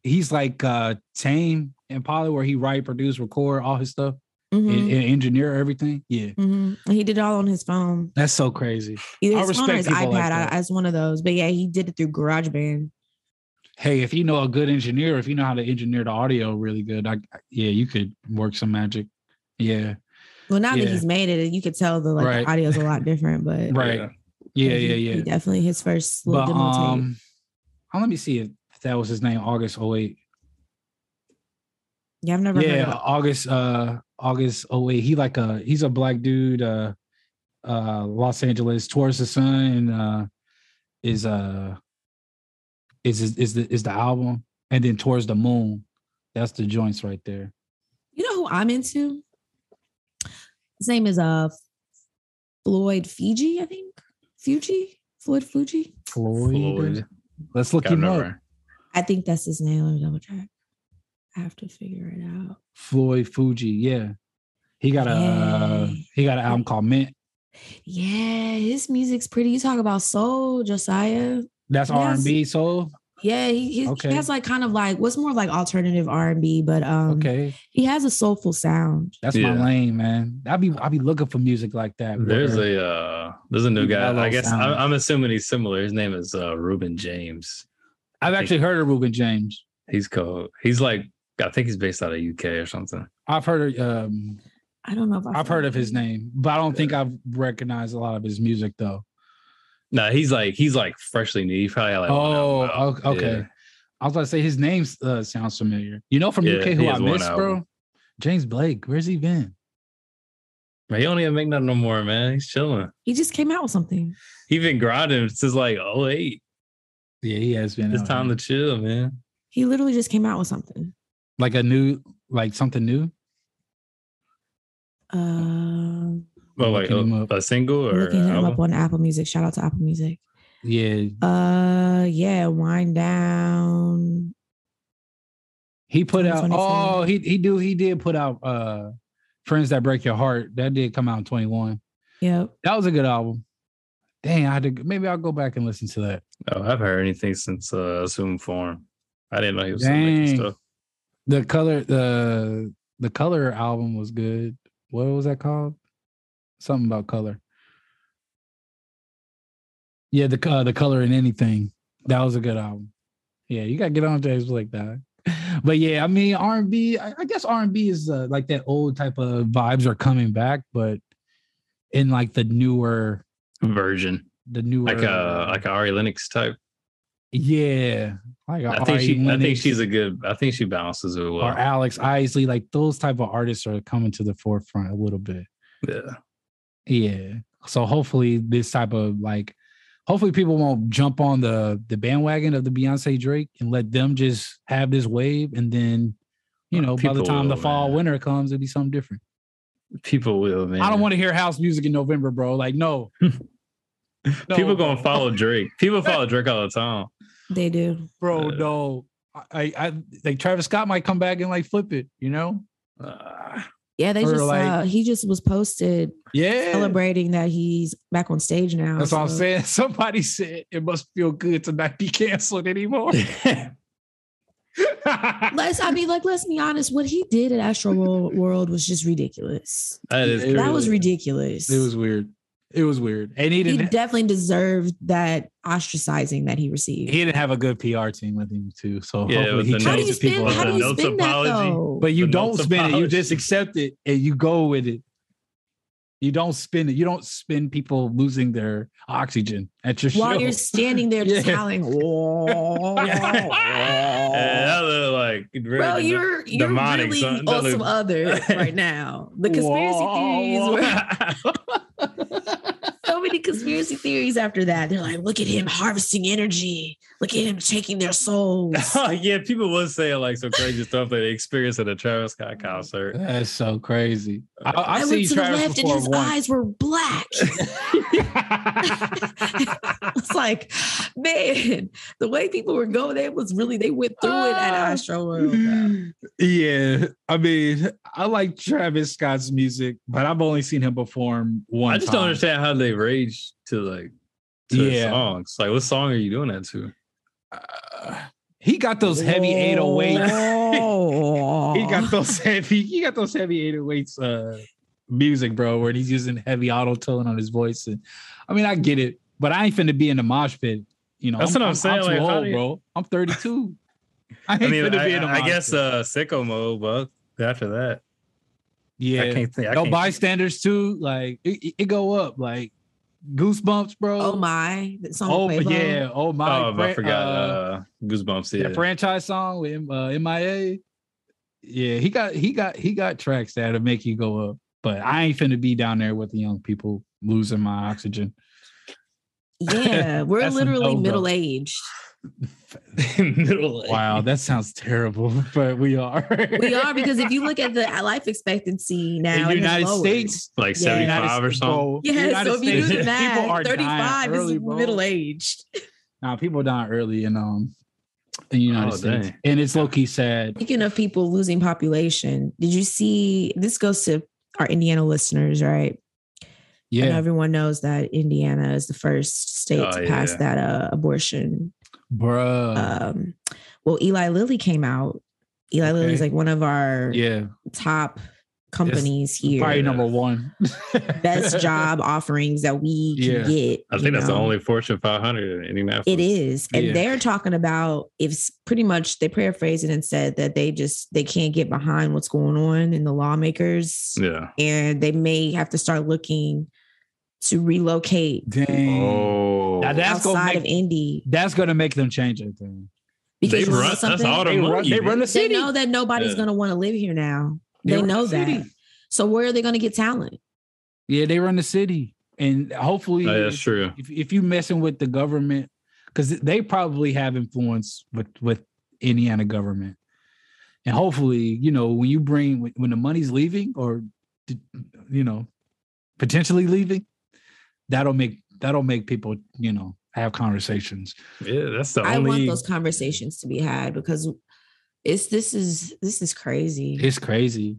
S1: He's like uh Tame and Polly, where he write, produce, record all his stuff,
S3: Mhm,
S1: and, and engineer everything. Yeah,
S3: mhm. And he did it all on his phone.
S1: that's so crazy.
S3: Either
S1: I
S3: his phone or
S1: respect
S3: his
S1: people
S3: iPad
S1: like
S3: I-
S1: that.
S3: as one of those. But yeah, he did it through GarageBand.
S1: Hey, if you know a good engineer, if you know how to engineer the audio really good, I, I- yeah, you could work some magic. Yeah,
S3: Well, now that
S1: Yeah.
S3: he's made it, you could tell the like
S1: Right.
S3: the audio's a lot different, but
S1: right. Yeah,
S3: he-
S1: yeah,
S3: he
S1: yeah.
S3: definitely his first little
S1: But
S3: demo
S1: um, oh, let me see if that was his name, August 08.
S3: tape. Yeah, I've never heard
S1: Yeah,
S3: of it.
S1: August uh August 08. He like a he's a black dude, uh uh Los Angeles, Towards the Sun, uh is uh is is, is the is the album and then Towards the Moon. That's the joints right there.
S3: You know who I'm into? His name is uh Floyd Fiji, I think. Fuji? Floyd Fuji?
S1: Floyd.
S2: Floyd.
S1: Let's look
S2: Got
S1: him up.
S2: number.
S3: I think that's his name. Let me double check. I have to figure it out.
S1: Floyd Fuji, yeah. He got a uh,
S3: Yay.
S1: he got an album called Mint.
S3: Yeah, his music's pretty. You talk about soul, Josiah.
S1: That's R
S3: Yes.
S1: and B soul.
S3: Yeah, he, he,
S1: Okay.
S3: he has like kind of like what's more like alternative R and B, but um
S1: Okay,
S3: he has a soulful sound.
S1: that's
S2: Yeah.
S1: my lane, man. I be I be looking for music like that.
S2: There's
S1: bro.
S2: a uh, there's a new
S1: Big
S2: guy. I
S1: mellow
S2: guess
S1: sound.
S2: I'm, I'm assuming he's similar. His name is uh, Ruben James.
S1: I've actually heard of Ruben James.
S2: He's cool. He's like I think he's based out of UK or something.
S1: I've heard of, um,
S3: I don't know if I
S1: I've heard of his name, but I don't think I've recognized a lot of his music though.
S2: No, he's like he's like freshly new. He probably had like one
S1: Oh,
S2: album out.
S1: o- okay. I was about to say his name uh, sounds familiar. You know from
S2: Yeah,
S1: UK
S2: he
S1: who I
S2: has one
S1: miss,
S2: album.
S1: bro? James Blake, where's he been?
S2: Man, he don't even make nothing no more, man. He's chilling.
S3: He just came out with something.
S2: He been grinding since like oh eight.
S1: Yeah, he has been.
S2: It's
S1: out
S2: time
S1: here.
S2: to chill, man.
S3: He literally just came out with something.
S1: like a new, like something new.
S3: Um,
S2: But like
S1: Looking him
S2: a,
S1: up.
S2: a single
S3: I'm
S2: or
S3: looking him up
S2: album?
S3: on Apple Music. Shout out to Apple Music.
S1: Yeah,
S3: Uh, yeah, wind down.
S1: he put
S3: That's
S1: out.
S3: when he
S1: Oh, he he do he did put out uh friends that break your heart. That did come out in twenty one.
S3: Yep.
S1: That was a good album. Dang, I had to maybe I'll go back and listen to that.
S2: Oh, I've heard anything since uh, Assume Form. I didn't know he was still making
S1: Dang.
S2: stuff.
S1: The color the the color album was good. What was that called? Something about color. Yeah, the uh, the color in anything. That was a good album. Yeah, you gotta get on James Blake that. But yeah, I mean R and B. I I guess R and B is uh, like that old type of vibes are coming back, but in like the newer,
S2: Version,
S1: the newer,
S2: like a like a Ari Lennox type.
S1: yeah, like a
S2: I think
S1: RE
S2: she. I think
S1: Lennox.
S2: she's a good. I think she balances it well.
S1: or Alex Isley, like those type of artists are coming to the forefront a little bit.
S2: Yeah.
S1: Yeah. So hopefully this type of like hopefully people won't jump on the the bandwagon of the Beyonce Drake and let them just have this wave and then you know by the
S2: Uh, People
S1: time the
S2: will,
S1: fall
S2: man.
S1: winter comes it'll be something different.
S2: People will, man.
S1: I don't want to hear house music in November, bro. Like no. No,
S2: people gonna
S1: bro.
S2: follow Drake. People follow Drake all the time.
S3: They do.
S1: bro,
S2: Uh,
S1: no. I, I like Travis Scott might come back and like flip it, you know?
S2: Uh,
S3: Yeah, they
S1: Or
S3: just
S1: like-
S3: uh, he just was posted
S1: Yeah.
S3: celebrating that he's back on stage now.
S1: That's what I'm
S3: so-
S1: saying. Somebody said it must feel good to not be canceled anymore.
S3: Let's I mean, like, let's be honest. What he did at Astro Wo- World was just ridiculous.
S2: that is
S1: It
S2: crazy.
S3: That was
S1: really-
S3: ridiculous.
S1: It was weird. It was weird, and he
S3: he
S1: didn't.
S3: definitely deserved that ostracizing that he received.
S1: He didn't have a good PR team with him too. So
S2: Yeah,
S1: hopefully
S2: with
S1: he
S2: the
S3: how do
S1: changes
S3: you
S2: notes-
S1: people.
S3: spin, how
S1: around.
S2: The
S3: do you
S2: notes
S3: spin that
S2: apology.
S3: though?
S1: but you
S2: the
S1: don't
S2: notes
S1: spin it. You
S2: apology.
S1: just accept it and you go with it. You don't spin it. You don't spin people losing their oxygen at your
S3: while
S1: show.
S3: you're standing there just
S1: Yeah.
S3: howling,
S2: Yeah, that look like really
S3: bro,
S2: good.
S3: you're you're
S2: demonic,
S3: really
S2: son. That
S3: on some
S2: look-
S3: other right now. The conspiracy theories were so many conspiracy theories after that. They're like, look at him harvesting energy. Look at him taking their souls.
S2: yeah, people would say like some crazy stuff that they experienced at a Travis Scott concert.
S1: That's so crazy. I,
S3: I,
S1: I, see
S3: looked to
S1: Travis
S3: the left and
S1: before
S3: his
S1: once.
S3: eyes were black. it's like, man, the way people were going, they was really they went through it at
S1: Ah.
S3: Astro World. bro.
S1: yeah, I mean, I like Travis Scott's music, but I've only seen him perform one.
S2: I just
S1: time.
S2: don't understand how they rage to like to
S1: Yeah.
S2: songs. Like, what song are you doing that to?
S1: Uh, he got those heavy 808s. He got those heavy. He got those heavy 808s uh, music, bro, where he's using heavy auto tone on his voice. And I mean, I get it, but I ain't finna be in the mosh pit. You know,
S2: That's what I'm saying,
S1: I'm too
S2: like, how
S1: old,
S2: do you-
S1: bro. I'm 32. I ain't
S2: I mean,
S1: finna be in the
S2: I,
S1: mosh
S2: I guess
S1: pit.
S2: uh, sicko mode, but after that,
S1: yeah.
S2: I can't think. I
S1: no
S2: can't
S1: bystanders too. Like it, it- it go up. Like goosebumps, bro.
S3: Oh my, that song.
S1: Oh
S3: Quavo.
S1: yeah. Oh
S2: Think.
S1: my.
S2: Oh, I
S1: Fran-
S2: forgot.
S1: uh,
S2: Uh, Goosebumps. Yeah.
S1: that franchise song with M- uh, MIA. Yeah, he got he got he got tracks that'll make you go up. But I ain't finna be down there with the young people losing my oxygen.
S3: yeah. We're
S1: That's a
S3: literally
S1: no-go.
S3: middle aged.
S2: Middle age.
S1: Wow, that sounds terrible, but we are.
S3: We are because if you look at the life expectancy
S1: In
S3: now,
S1: the
S3: it has
S1: United
S3: lowered.
S1: States.
S2: Like
S3: Yeah.
S2: seventy
S1: United
S2: five or
S1: States-
S2: something.
S1: bro,
S3: Yeah,
S1: United
S3: so if you do
S1: States,
S3: the
S1: people are
S3: math,
S1: dying
S3: 35
S1: early,
S3: is
S1: bro.
S3: middle aged.
S1: Nah, people dying early in um in the United
S2: Oh,
S1: States,
S2: dang.
S1: and it's low key sad.
S3: Speaking of people losing population, did you see this goes to our Indiana listeners, right? I know
S1: Yeah,
S3: everyone knows that Indiana is the first state
S2: Oh,
S3: to
S2: yeah.
S3: pass that uh, abortion.
S1: bruh.
S3: Um, well, Eli Lilly came out. Eli Lilly's
S1: Okay.
S3: like one of our
S1: yeah,
S3: top companies here.
S1: probably number one.
S3: Best job offerings that we can
S1: Yeah.
S3: get.
S2: I
S3: you
S2: think that's the
S3: know?
S2: only Fortune 500 in Indianapolis.
S3: It is. And
S1: Yeah.
S3: they're talking about if pretty much they paraphrased it and said that they just they can't get behind what's going on in the lawmakers
S2: Yeah.
S3: and they may have to start looking to relocate
S1: Dang.
S2: Oh.
S1: Now that's gonna
S3: outside
S1: make
S3: of Indy
S1: that's gonna make them change it. Then.
S3: because
S2: they
S3: you know
S2: run, that's
S3: something?
S2: all the
S1: Oh, They run,
S2: money.
S1: they run the
S3: they
S1: city.
S3: know that nobody's
S2: Yeah.
S3: going to want to live here now. They,
S1: run
S3: know
S1: the
S3: that.
S1: city.
S3: So where are they going to get talent?
S1: Yeah, they run the city, and hopefully,
S2: Oh, that's true.
S1: if if you messing with the government, because they probably have influence with with Indiana government, and hopefully, you know, when you bring when- when the money's leaving or d- you know potentially leaving, that'll make that'll make people you know have conversations.
S2: Yeah, that's the
S3: I want
S2: only.
S3: those conversations to be had because it's this is this is crazy.
S1: It's crazy,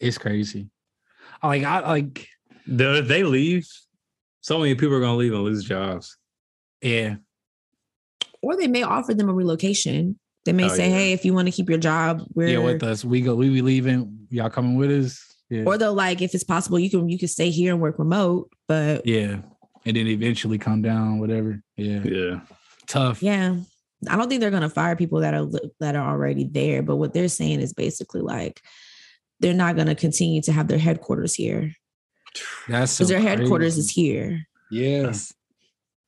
S1: it's crazy. Like I like
S2: Though if they leave, so many people are gonna leave and lose jobs.
S1: yeah
S3: or they may offer them a relocation. They may
S2: Oh,
S3: say,
S2: yeah.
S3: "Hey, if you want to keep your job, we're."
S1: yeah with us we go we be leaving y'all coming with us yeah
S3: Or they'll like, if it's possible, you can you can stay here and work remote. But
S1: yeah and then eventually come down whatever yeah
S2: Yeah,
S1: tough
S3: yeah, I don't think they're gonna fire people that are li- that are already there. But what they're saying is basically like they're not gonna continue to have their headquarters here
S1: that's
S3: because
S1: so
S3: their headquarters
S1: crazy.
S3: is here.
S1: yeah
S2: That's-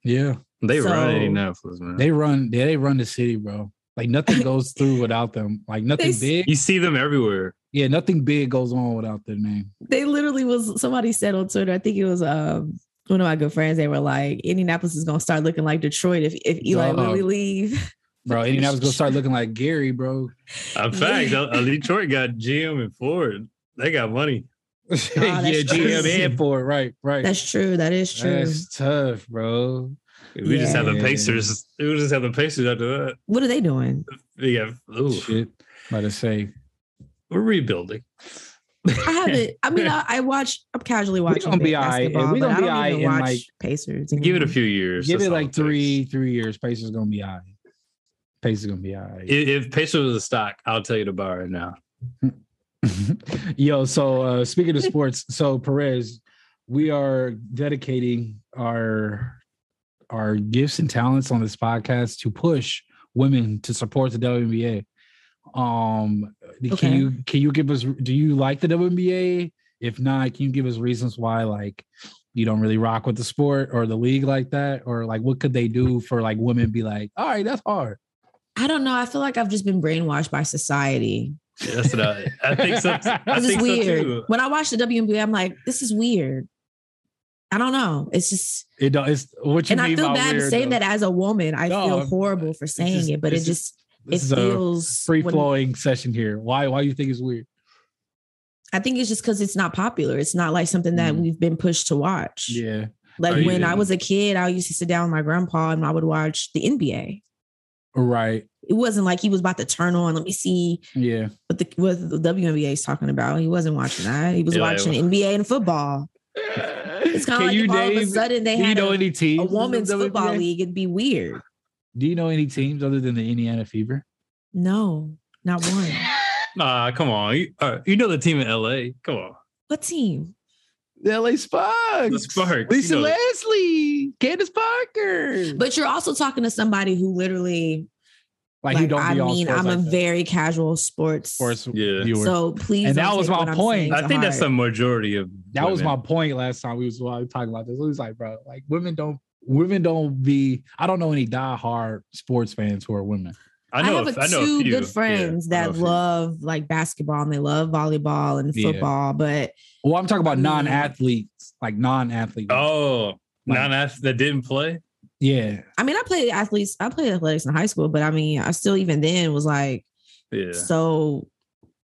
S1: yeah
S2: they run
S3: So-
S2: Indianapolis, man.
S1: they run yeah, they run the city bro like nothing goes through without them like nothing
S3: s-
S1: big
S2: you see them everywhere.
S1: yeah nothing big goes on without their name
S3: They literally was somebody said on Twitter. I think it was um. One of my good friends, they were like, Indianapolis is gonna start looking like Detroit if, if Eli
S1: Dog.
S3: really leave.
S1: bro Indianapolis gonna start looking like Gary bro
S2: In fact, uh, Detroit got GM and Ford. They got money.
S1: yeah
S3: that's
S1: GM
S3: crazy.
S1: and for it right right
S3: That's true. That is true.
S1: that's tough bro
S2: We just have the
S1: Yeah.
S2: Pacers. We just have the Pacers after that.
S3: What are they doing?
S2: We got, ooh,
S1: shit about to say
S2: we're rebuilding.
S3: I haven't. I mean, I, I watch. I'm casually watching.
S1: gonna be
S3: ba-
S1: all right, and
S3: basketball,
S1: we
S3: but
S1: gonna
S3: I
S1: be
S3: don't
S1: all right
S3: even
S1: in,
S3: watch
S1: like-
S3: Pacers.
S2: Give it a
S3: anymore.
S2: few years.
S1: Give
S2: that's
S1: it
S2: all
S1: like
S2: takes.
S1: three, three years. Pacers gonna be high. Pacers gonna be high.
S2: If, if Pacers was a stock, I'll tell you to buy right now.
S1: Yo, so uh speaking of sports, so Perez, we are dedicating our our gifts and talents on this podcast to push women to support the WNBA. Um can
S3: Okay.
S1: you can you give us do you like the WNBA? If not, can you give us reasons why like you don't really rock with the sport or the league like that? Or like what could they do for like women be like, all right, that's hard.
S3: I don't know. I feel like I've just been brainwashed by society.
S2: Yeah, That's what I, I think so. I
S3: This is
S2: think
S3: weird.
S2: so too.
S3: when I watch the WNBA, I'm like, this is weird. I don't know. It's just,
S1: It don't it's what you
S3: and I
S1: mean
S3: feel
S1: by
S3: bad
S1: weird,
S3: saying
S1: though.
S3: that as a woman. I
S1: No,
S3: feel
S1: I'm-
S3: horrible for saying
S1: just-
S3: it, but it
S1: it's
S3: just it
S1: This is a-
S3: feels
S1: free
S3: when-
S1: flowing session here. Why? Why you think it's weird?
S3: I think it's just because it's not popular. It's not like something that
S1: Mhm.
S3: we've been pushed to watch.
S1: Yeah,
S3: Like
S2: Are
S3: when
S2: you-
S3: I was a kid, I used to sit down with my grandpa and I would watch the NBA.
S1: right.
S3: it wasn't like he was about to turn on. Let me see
S1: Yeah,
S3: what the what the WNBA is talking about. He wasn't watching that. He was
S2: Yeah,
S3: watching
S2: like-
S3: NBA and football. It's
S1: it's
S3: kind of like if all of a sudden they
S1: do you
S3: had
S1: know
S3: a,
S1: any teams?
S3: a
S1: in the
S3: woman's football
S1: WNBA?
S3: league. It'd be weird.
S1: Do you know any teams other than the Indiana Fever?
S3: No, not one.
S2: Nah, come on. You, all right, you know the team in LA. Come on.
S3: what team?
S1: The LA Sparks,
S2: The Sparks,
S1: Lisa
S2: you know.
S1: Leslie, Candace Parker.
S3: But you're also talking to somebody who literally,
S1: like,
S3: like,
S1: you don't
S3: I
S1: be on
S3: mean,
S1: sports
S3: I'm
S1: like
S3: a
S1: that.
S3: very casual sports,
S1: sports
S2: Yeah.
S1: viewer.
S3: So please,
S1: And
S3: don't
S1: that was
S3: take
S1: my
S3: what I'm
S1: point.
S3: saying
S2: I
S3: to
S2: think that's the
S3: heart.
S2: majority of
S1: that was my
S2: women.
S1: point last time we was while we were talking about this. It was like, bro, like women don't women don't be. I don't know any diehard sports fans who are women.
S2: I know.
S3: have
S2: a-
S3: a
S2: I know a
S3: two
S2: few.
S3: good friends
S2: Yeah, I know a
S3: that
S2: few.
S3: love like basketball and they love volleyball and
S1: Yeah.
S3: football, but
S1: Well, I'm talking about
S3: Mm.
S1: non-athletes, like non-athletes.
S2: Oh,
S1: Like-
S2: non that didn't play.
S1: yeah,
S3: I mean, I played athletes. I played athletics in high school, but I mean, I still even then was like,
S2: Yeah.
S3: so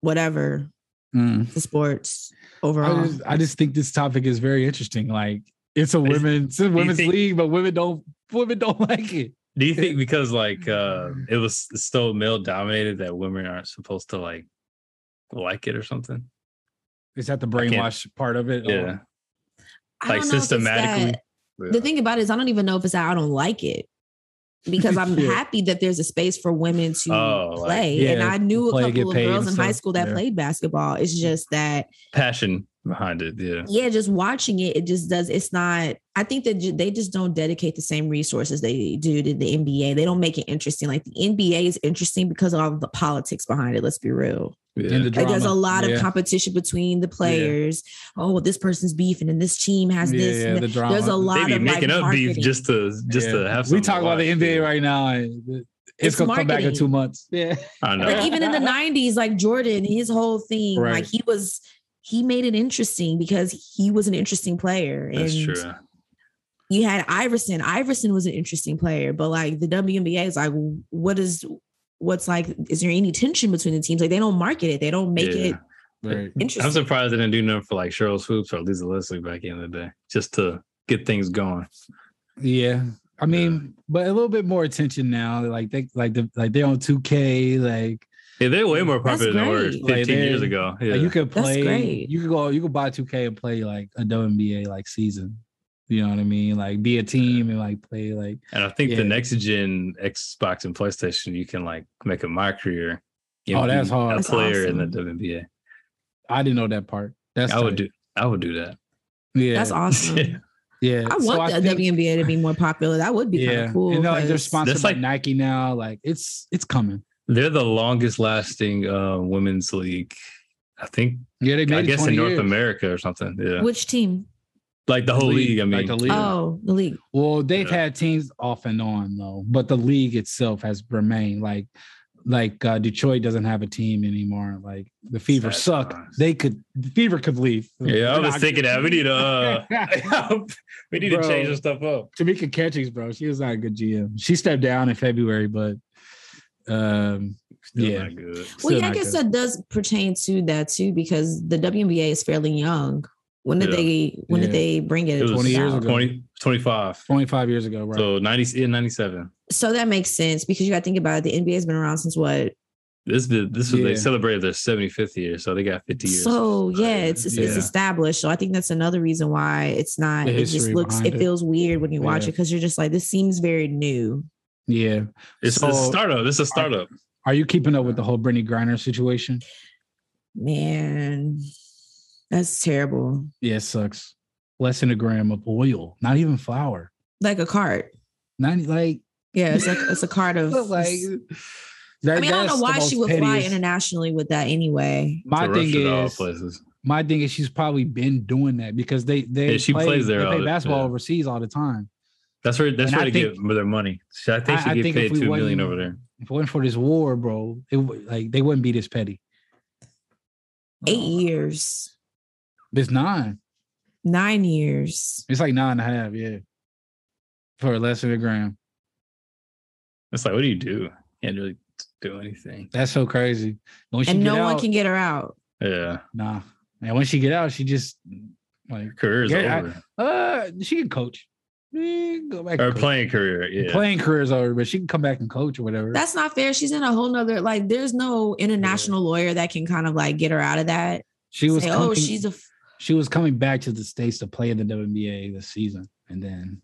S3: whatever
S1: Mm.
S3: the sports
S1: I
S3: overall.
S1: just, I just think this topic is very interesting. Like it's a women's it's a women's
S2: think-
S1: league, but women don't women don't like it.
S2: Do you think because like uh it was so male dominated that women aren't supposed to like like it or something?
S1: Is that the
S2: can't-
S1: brainwash part of it?
S2: Yeah.
S3: I
S2: Like
S3: don't know if it's
S2: systematically.
S3: that- The thing about it is, I don't even know if it's that I don't like it because I'm
S1: Yeah.
S3: happy that there's a space for women to
S2: Oh, like-
S3: play. and
S1: Yeah,
S3: I knew a
S1: play, get
S3: couple of
S1: paid
S3: girls
S1: and
S3: in high
S1: stuff.
S3: school that
S1: Yeah. Mm.
S3: played basketball. It's just that,
S2: passion behind it. Yeah.
S3: yeah, just watching it, it just does. It's not, I think that ju- they just don't dedicate the same resources they do to the NBA. They don't make it interesting. Like the NBA is interesting because of all the politics behind it. Let's be real.
S2: yeah.
S1: In the
S3: Like there's a
S1: drama.
S3: lot of
S1: Yeah.
S3: competition between the players. Oh, well, this person's beefing and this team has
S1: yeah,
S3: this.
S1: yeah,
S3: and
S1: the
S3: that.
S1: drama.
S3: There's a lot
S2: they be
S3: of
S2: making
S3: like,
S2: up beef
S3: marketing.
S2: just to just
S1: Yeah.
S2: to have.
S1: we
S2: something to
S1: talk about the
S2: watch.
S1: NBA right now. and it's,
S3: It's
S1: gonna come back in
S3: marketing.
S1: two months. Yeah.
S2: I know.
S3: Like even in the 90s, like Jordan, his whole thing,
S1: Right.
S3: like he was he made it interesting because he was an interesting player.
S2: That's
S3: and
S2: true.
S3: you had Iverson. Iverson was an interesting player, but like the WNBA is like, what is what's like, is there any tension between the teams? Like they don't market it, they don't make
S2: Yeah.
S3: it
S1: Right.
S2: I'm
S3: interesting.
S2: surprised they didn't do nothing for like Cheryl's Hoops or Lisa Leslie back in the day, just to get things going.
S1: Yeah. I mean, but a little bit more attention now. Like they like the like they're on 2K, like
S2: Yeah, they're way more
S3: That's
S2: popular than they were
S3: great.
S2: 15
S1: Like, they-
S2: years ago. Yeah.
S1: Like you could
S3: That's
S1: play,
S3: great.
S1: you could go, you could buy 2K and play like a WNBA like season. You know what I mean? Like be a team and like play like
S2: and I think
S1: Yeah.
S2: the next gen Xbox and PlayStation, you can like make a my career.
S1: Oh, that's hard.
S2: A
S3: That's
S2: player in the
S3: awesome.
S2: WNBA.
S1: I didn't know that part. That's
S2: I would
S1: tight.
S2: do. I would do that.
S1: Yeah,
S3: That's awesome.
S2: Yeah.
S1: yeah.
S3: I want
S1: So
S3: the
S1: think-
S3: WNBA to be more popular. That would be kind
S1: Yeah,
S3: of cool.
S1: and like they're
S3: 'cause-
S1: sponsored
S2: That's
S1: by
S2: like-
S1: Nike now. Like it's it's coming.
S2: They're the longest lasting uh, women's league. I think.
S1: Yeah, they made
S2: I
S1: it
S2: guess
S1: 20
S2: in North
S1: years.
S2: America or something. Yeah.
S3: Which team?
S2: like the whole league. I mean,
S1: like the league.
S3: Oh, the league.
S1: Well, they've
S2: Yeah.
S1: had teams off and on though, but the league itself has remained like like uh, Detroit doesn't have a team anymore. Like the Fever
S2: Sad
S1: suck.
S2: times.
S1: They could the Fever could leave.
S2: Yeah, I
S1: They're
S2: was
S1: not
S2: thinking
S1: good.
S2: that we need to uh, we need
S1: Bro.
S2: to change this stuff up.
S1: Tamika Catchings, bro. She was not a good GM. She stepped down in February, but um
S2: Still
S1: Yeah.
S2: not good.
S3: Well,
S1: still
S3: yeah, I
S1: not
S3: guess
S1: good.
S3: that does pertain to that too, because the WNBA is fairly young. When did
S2: Yeah.
S3: they when
S1: Yeah.
S3: did they bring it?
S2: It was
S1: 20 years
S3: about?
S1: ago.
S2: 20, 25.
S1: 25 years ago, right?
S2: So 90 in 97.
S3: So that makes sense because you gotta think about it. The NBA's been around since what?
S2: This bit- this was
S1: Yeah.
S2: they celebrated their 75th year, so they got 50 years.
S3: So yeah, it's it's, it's
S1: Yeah.
S3: established. So I think that's another reason why it's not
S1: The
S3: it just
S1: history
S3: looks
S1: behind
S3: it
S1: it.
S3: feels weird when you watch
S1: Yeah.
S3: it because you're just like, this seems very new.
S1: yeah.
S2: it's
S1: so-
S2: a startup. It's a startup.
S1: Are you keeping up with the whole Brittany Griner situation?
S3: Man, that's terrible.
S1: Yeah, it sucks. Less than a gram of oil, not even flour.
S3: Like a cart.
S1: Not e, like
S3: Yeah, it's like it's a cart of
S1: like.
S3: I mean, I don't know why she would fly
S1: in
S3: internationally with that anyway.
S1: My
S2: It's a
S1: thing
S2: rupture to all
S1: is,
S2: places.
S1: my thing is, she's probably been doing that because they they
S2: Yeah, she plays there
S1: they
S2: all
S1: play
S2: the-
S1: basketball
S2: yeah.
S1: overseas all the time.
S2: That's where that's
S1: And
S2: where
S1: I
S2: they
S1: think-
S2: get their money. So I think
S1: I-
S2: she
S1: I
S2: get
S1: think if
S2: paid
S1: we
S2: two million
S1: wasn't-
S2: over there.
S1: If it wasn't for this war, bro, it would like they wouldn't be this petty.
S3: Eight years,
S1: It's nine.
S3: nine years.
S1: It's like nine and a half. Yeah, for less than a gram.
S2: It's like, what do you do? Can't really do anything.
S1: That's so crazy. When she
S3: And
S1: get
S3: no one
S1: out-
S3: can get her out.
S2: Yeah,
S1: Nah, and when she get out, she just like
S2: her career is
S1: Yeah, I-
S2: over.
S1: uh she can coach. Eh, go back.
S2: Her
S1: and coach.
S2: playing career. Yeah,
S1: Playing career is over, but she can come back and coach or whatever.
S3: That's not fair. She's in a whole nother, like, there's no international lawyer that can kind of like get her out of that.
S1: she was
S3: Say,
S1: coming,
S3: oh, she's a, f-
S1: she was coming back to the states to play in the WNBA this season, and then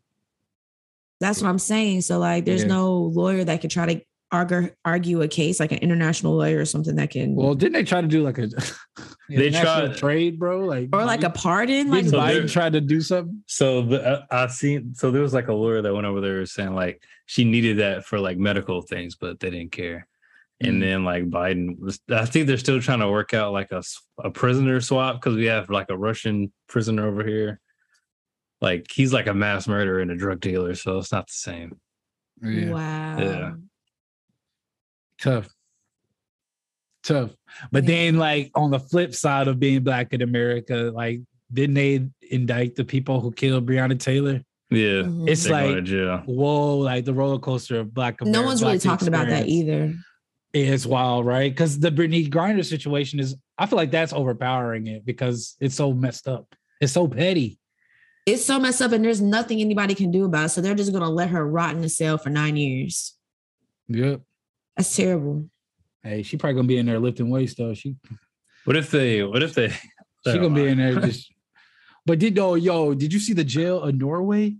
S3: that's what I'm saying. So, like, there's
S1: Yeah.
S3: no lawyer that can try to argue, argue a case, like an international lawyer or something that can,
S1: well, didn't they try to do like a
S2: They
S1: international
S2: tried-
S1: trade, bro? Like
S3: or like a
S1: didn't
S3: pardon. Like,
S2: So
S1: Biden
S2: they're-
S1: tried to do something.
S2: So the, uh, I seen. So there was like a lawyer that went over there saying like she needed that for like medical things, but they didn't care.
S1: Mm.
S2: And then like Biden was. I think they're still trying to work out like a s- a prisoner swap because we have like a Russian prisoner over here. Like he's like a mass murderer and a drug dealer, so it's not the same.
S1: Yeah,
S3: wow.
S2: Yeah.
S1: tough, tough. But
S3: Yeah.
S1: then, like on the flip side of being black in America, like didn't they indict the people who killed Breonna Taylor?
S2: Yeah,
S3: Mhm.
S1: Mm-hmm. It's
S2: they're going to
S1: like-
S2: jail.
S1: whoa, like the roller coaster of black.
S3: no one's really talking about that either.
S1: It's wild, right? Because the Brittany Grinder situation is, I feel like that's overpowering it because it's so messed up. It's so petty.
S3: It's so messed up, and there's nothing anybody can do about it. So they're just gonna let her rot in the cell for nine years.
S1: Yep.
S3: That's terrible.
S1: Hey, she probably gonna be in there lifting weights though. She
S2: What if they? What if they?
S1: she gonna be in there just. But did oh yo? Did you see the jail in Norway?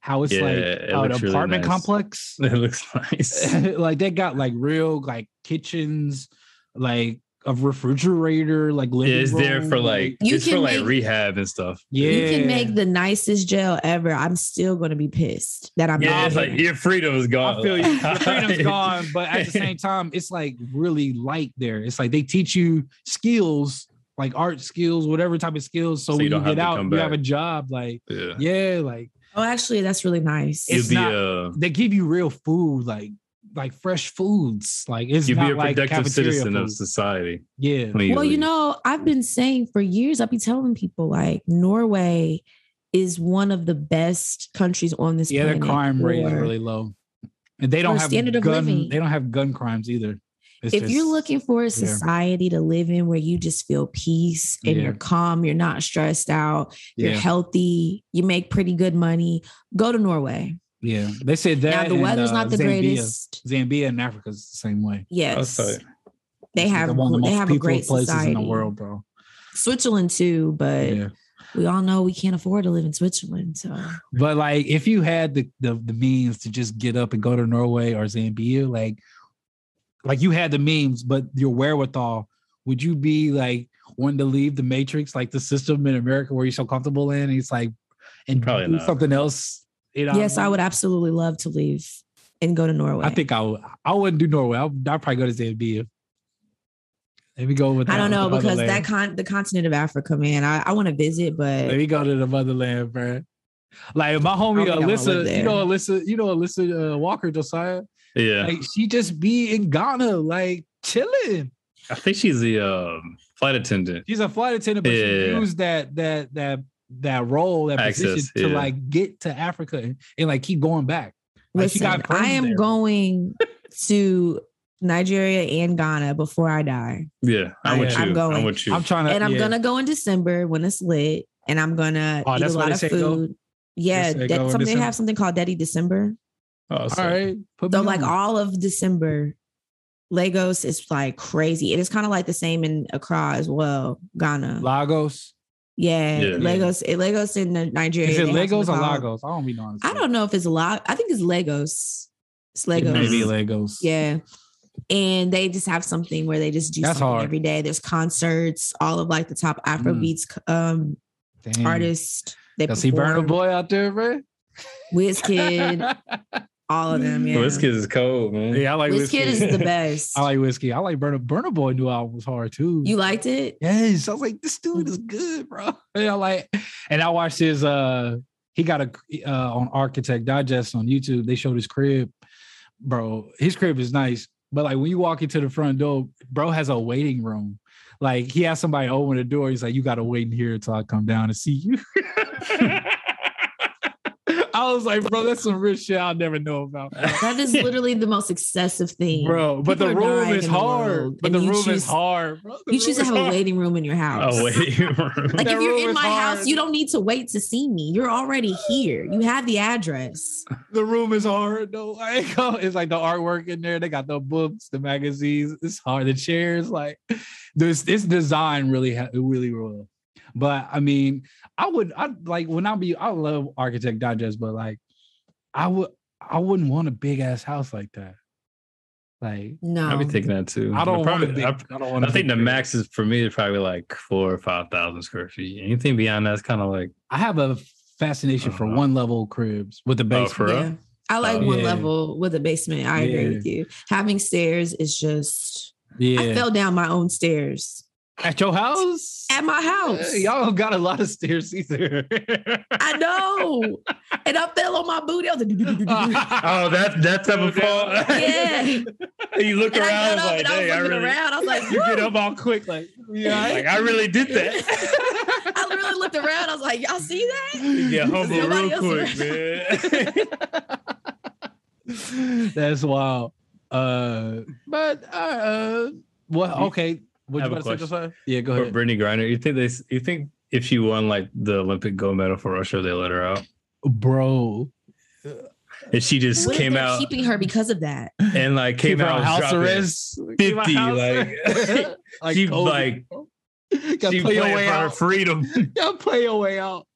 S1: How it's
S2: Yeah,
S1: like
S2: it
S1: uh, an
S2: looks
S1: apartment
S2: really nice.
S1: complex.
S2: It looks nice.
S1: like they got like real like kitchens, like a refrigerator, like
S2: Yeah,
S1: living
S2: it's there for
S1: room,
S2: like
S3: You
S2: it's for
S3: can
S2: like
S3: make-
S2: rehab and stuff.
S1: yeah.
S3: You can make the nicest jail ever. I'm still gonna be pissed that I'm
S2: Yeah,
S3: not.
S2: it's like
S3: here.
S2: your freedom is gone.
S1: I feel you. Your
S2: Like-
S1: freedom's gone, but at the same time, it's like really light there. It's like they teach you skills, like art skills, whatever type of skills. So,
S2: So you
S1: when you,
S2: don't have
S1: get
S2: to
S1: out,
S2: come
S1: you have a
S2: back.
S1: job. Like,
S2: Yeah.
S1: yeah, like
S3: oh, actually, that's really nice.
S1: It's
S2: You'd be
S1: not-
S2: uh
S1: they give you real food, like like fresh foods. Like it's
S2: you
S1: not
S2: be a
S1: like
S2: productive
S1: cafeteria
S2: citizen of
S1: food.
S2: society.
S1: Yeah.
S2: when
S3: Well, you
S2: leave.
S3: know, I've been saying for years, I've been telling people like Norway is one of the best countries on this
S1: Yeah, their
S3: planet.
S1: crime rate is
S3: for-
S1: really low. And they don't
S3: for
S1: have
S3: standard of
S1: gun,
S3: living.
S1: they don't have gun crimes either. It's
S3: if
S1: just-
S3: you're looking for a society to live in where you just feel peace and
S1: Yeah.
S3: you're calm, you're not stressed out,
S1: yeah,
S3: you're healthy, you make pretty good money, go to Norway.
S1: yeah. They said that
S3: now the
S1: and,
S3: weather's
S1: uh,
S3: not the
S1: Zambia.
S3: greatest.
S1: Zambia and Africa is the same way.
S3: Yes.
S2: Outside.
S3: They
S1: It's
S3: have
S1: one of the
S3: they
S1: most
S3: have a
S1: peopled
S3: great
S1: places
S3: society.
S1: in the world, bro.
S3: Switzerland too, but
S1: Yeah.
S3: we all know we can't afford to live in Switzerland. So
S1: But like, if you had the, the the means to just get up and go to Norway or Zambia, like, like you had the means, but your wherewithal, would you be like wanting to leave the matrix, like the system in America where you're so comfortable in? And it's like, and
S2: Probably
S1: do
S2: not.
S1: something else. You know,
S3: yes, I would absolutely love to leave and go to Norway.
S1: I think I would. I wouldn't do Norway. I would, I'd probably go to Zambia. Let me go with.
S3: I
S1: that
S3: don't know
S1: with the
S3: because
S1: motherland.
S3: that con the continent of Africa, man. I, I want to visit, but
S1: Let me go to the motherland, bro. Like my homie
S3: think I wanna live
S1: Alyssa,
S3: there.
S1: you know Alyssa, you know Alyssa uh, Walker Josiah.
S2: Yeah.
S1: Like she just be in Ghana, like chilling.
S2: I think she's the um, flight attendant.
S1: She's a flight attendant, but she
S2: Yeah.
S1: used that that that that role, that
S2: Access,
S1: position to
S2: yeah.
S1: like get to Africa and, and, like keep going back. Like, she
S3: listen,
S1: got
S3: I
S1: friends
S3: am
S1: there.
S3: going to Nigeria and Ghana before I die,
S2: Yeah, I'm
S1: I-
S2: with you.
S3: I'm
S2: I'm,
S3: going.
S2: with you.
S1: Oh, I'm trying to,
S3: and I'm
S1: Uh, yeah.
S3: gonna go in December when it's lit, and I'm gonna
S1: Oh,
S3: eat a
S1: that's why
S3: lot
S1: they
S3: of
S1: say
S3: food.
S1: go?
S3: Yeah,
S1: They say
S3: that-
S1: go in
S3: some, they
S1: December?
S3: have something called Daddy December.
S2: Oh,
S1: All
S2: sorry.
S1: right, put
S3: So
S1: me
S3: like
S1: on.
S3: all of December, Lagos is like crazy. It is kind of like the same in Accra as well, Ghana.
S1: Lagos.
S3: Yeah,
S2: Yeah.
S3: Lagos. it- Lagos in Ni- Nigeria.
S1: Is it
S3: they have
S1: Lagos or
S3: something called-
S1: Lagos? I don't be knowing.
S3: I don't know if it's a lot. I think it's Lagos. It's Lagos.
S1: Maybe Lagos.
S3: Yeah. And they just have something where they just do
S1: That's
S3: something
S1: hard.
S3: every day. There's concerts, all of like the top Afrobeats um,
S1: Damn.
S3: artists. They
S1: I Mm. see Burner
S3: perform.
S1: Boy out there, bro.
S3: Wizkid, all of them. Yeah.
S2: Well, this kid is cold, man.
S1: Yeah, I like
S3: Wizkid
S1: whiskey.
S3: is the best.
S1: I like whiskey. I like Burner Burner Boy new album was hard too.
S3: you liked it?
S1: yes, I was like, this dude is good, bro. And I Mm-hmm. like, and I watched his. uh He got a uh on Architect Digest on YouTube. They showed his crib, bro. His crib is nice, but like when you walk into the front door, bro has a waiting room. Like he has somebody open the door. He's like, you gotta wait in here until I come down and see you. I was like, bro, that's some rich shit I'll never know about.
S3: That is literally the most excessive thing.
S1: bro. But the
S3: People are
S1: room
S3: dying
S1: is
S3: in the
S1: hard.
S3: world,
S1: but
S3: and
S1: the
S3: you
S1: room
S3: choose-
S1: is hard. Bro. The
S3: You choose to
S1: room
S3: have
S1: is
S3: a
S1: hard.
S3: waiting room in your house.
S2: Oh, wait.
S3: Like
S1: That
S3: if
S1: room
S3: you're
S1: is
S3: in my house,
S1: hard.
S3: you don't need to wait to see me. You're already here. You have the address.
S1: The room is hard though. Like, oh, it's like the artwork in there. They got the books, the magazines. It's hard. The chairs, like this. This design really, ha- it really well. But I mean, I would, I like when I be, I love Architect Digest, but like, I would, I wouldn't want a big ass house like that. Like,
S3: No.
S2: I'll be thinking that too.
S1: I don't
S2: probably.
S1: want. A big,
S2: I,
S1: I, don't want.
S2: I
S1: a
S2: think
S1: big
S2: the
S1: crib.
S2: max is for me is probably like four or five thousand square feet. Anything beyond that's kind of like
S1: I have a fascination for
S2: Uh-huh. Oh,
S1: one level cribs with the basement.
S2: for real?
S3: Yeah. I like
S2: Oh,
S3: one
S1: yeah.
S3: level with a basement. I
S1: Yeah.
S3: agree with you. Having stairs is just
S1: yeah.
S3: I fell down my own stairs
S1: At your house?
S3: at my house.
S1: Uh, Y'all got a lot of stairs either.
S3: I know. and I fell on my booty. I was like,
S1: Ah.
S3: "Do-do-do-do-do-do."
S2: oh that that type of fall.
S3: Yeah.
S2: you look
S3: and I
S2: around
S3: got
S2: it's
S3: up
S2: like, dang,
S3: and I was
S2: I
S3: looking
S2: really,
S3: around. I was like,
S1: you get
S3: "Woo."
S1: up all quick, like, yeah.
S2: like I really did that.
S3: I literally looked around. I was like, Y'all see that?
S2: Yeah, humble
S3: Nobody
S2: real
S3: else
S2: quick, man.
S1: That's wild. Uh, but uh, uh well, okay. What
S2: I
S1: you
S2: have a
S1: about to say,
S2: question.
S1: Josiah? Yeah, go
S2: Or
S1: ahead.
S2: Brittany Griner, you think they? You think if she won like the Olympic gold medal for Russia, they let her out?
S1: Bro,
S2: If she just
S3: What if
S2: came
S3: they're
S2: out
S3: keeping her because of that.
S2: and like came
S1: Keep her
S2: out
S1: on
S2: house
S1: house arrest.
S2: 50,
S1: Keep her house
S2: like-
S1: arrest.
S2: she,
S1: Kobe.
S2: like,
S1: gotta
S2: she
S1: play your
S2: playing
S1: way
S2: for her
S1: out.
S2: freedom.
S1: Gotta play your way out.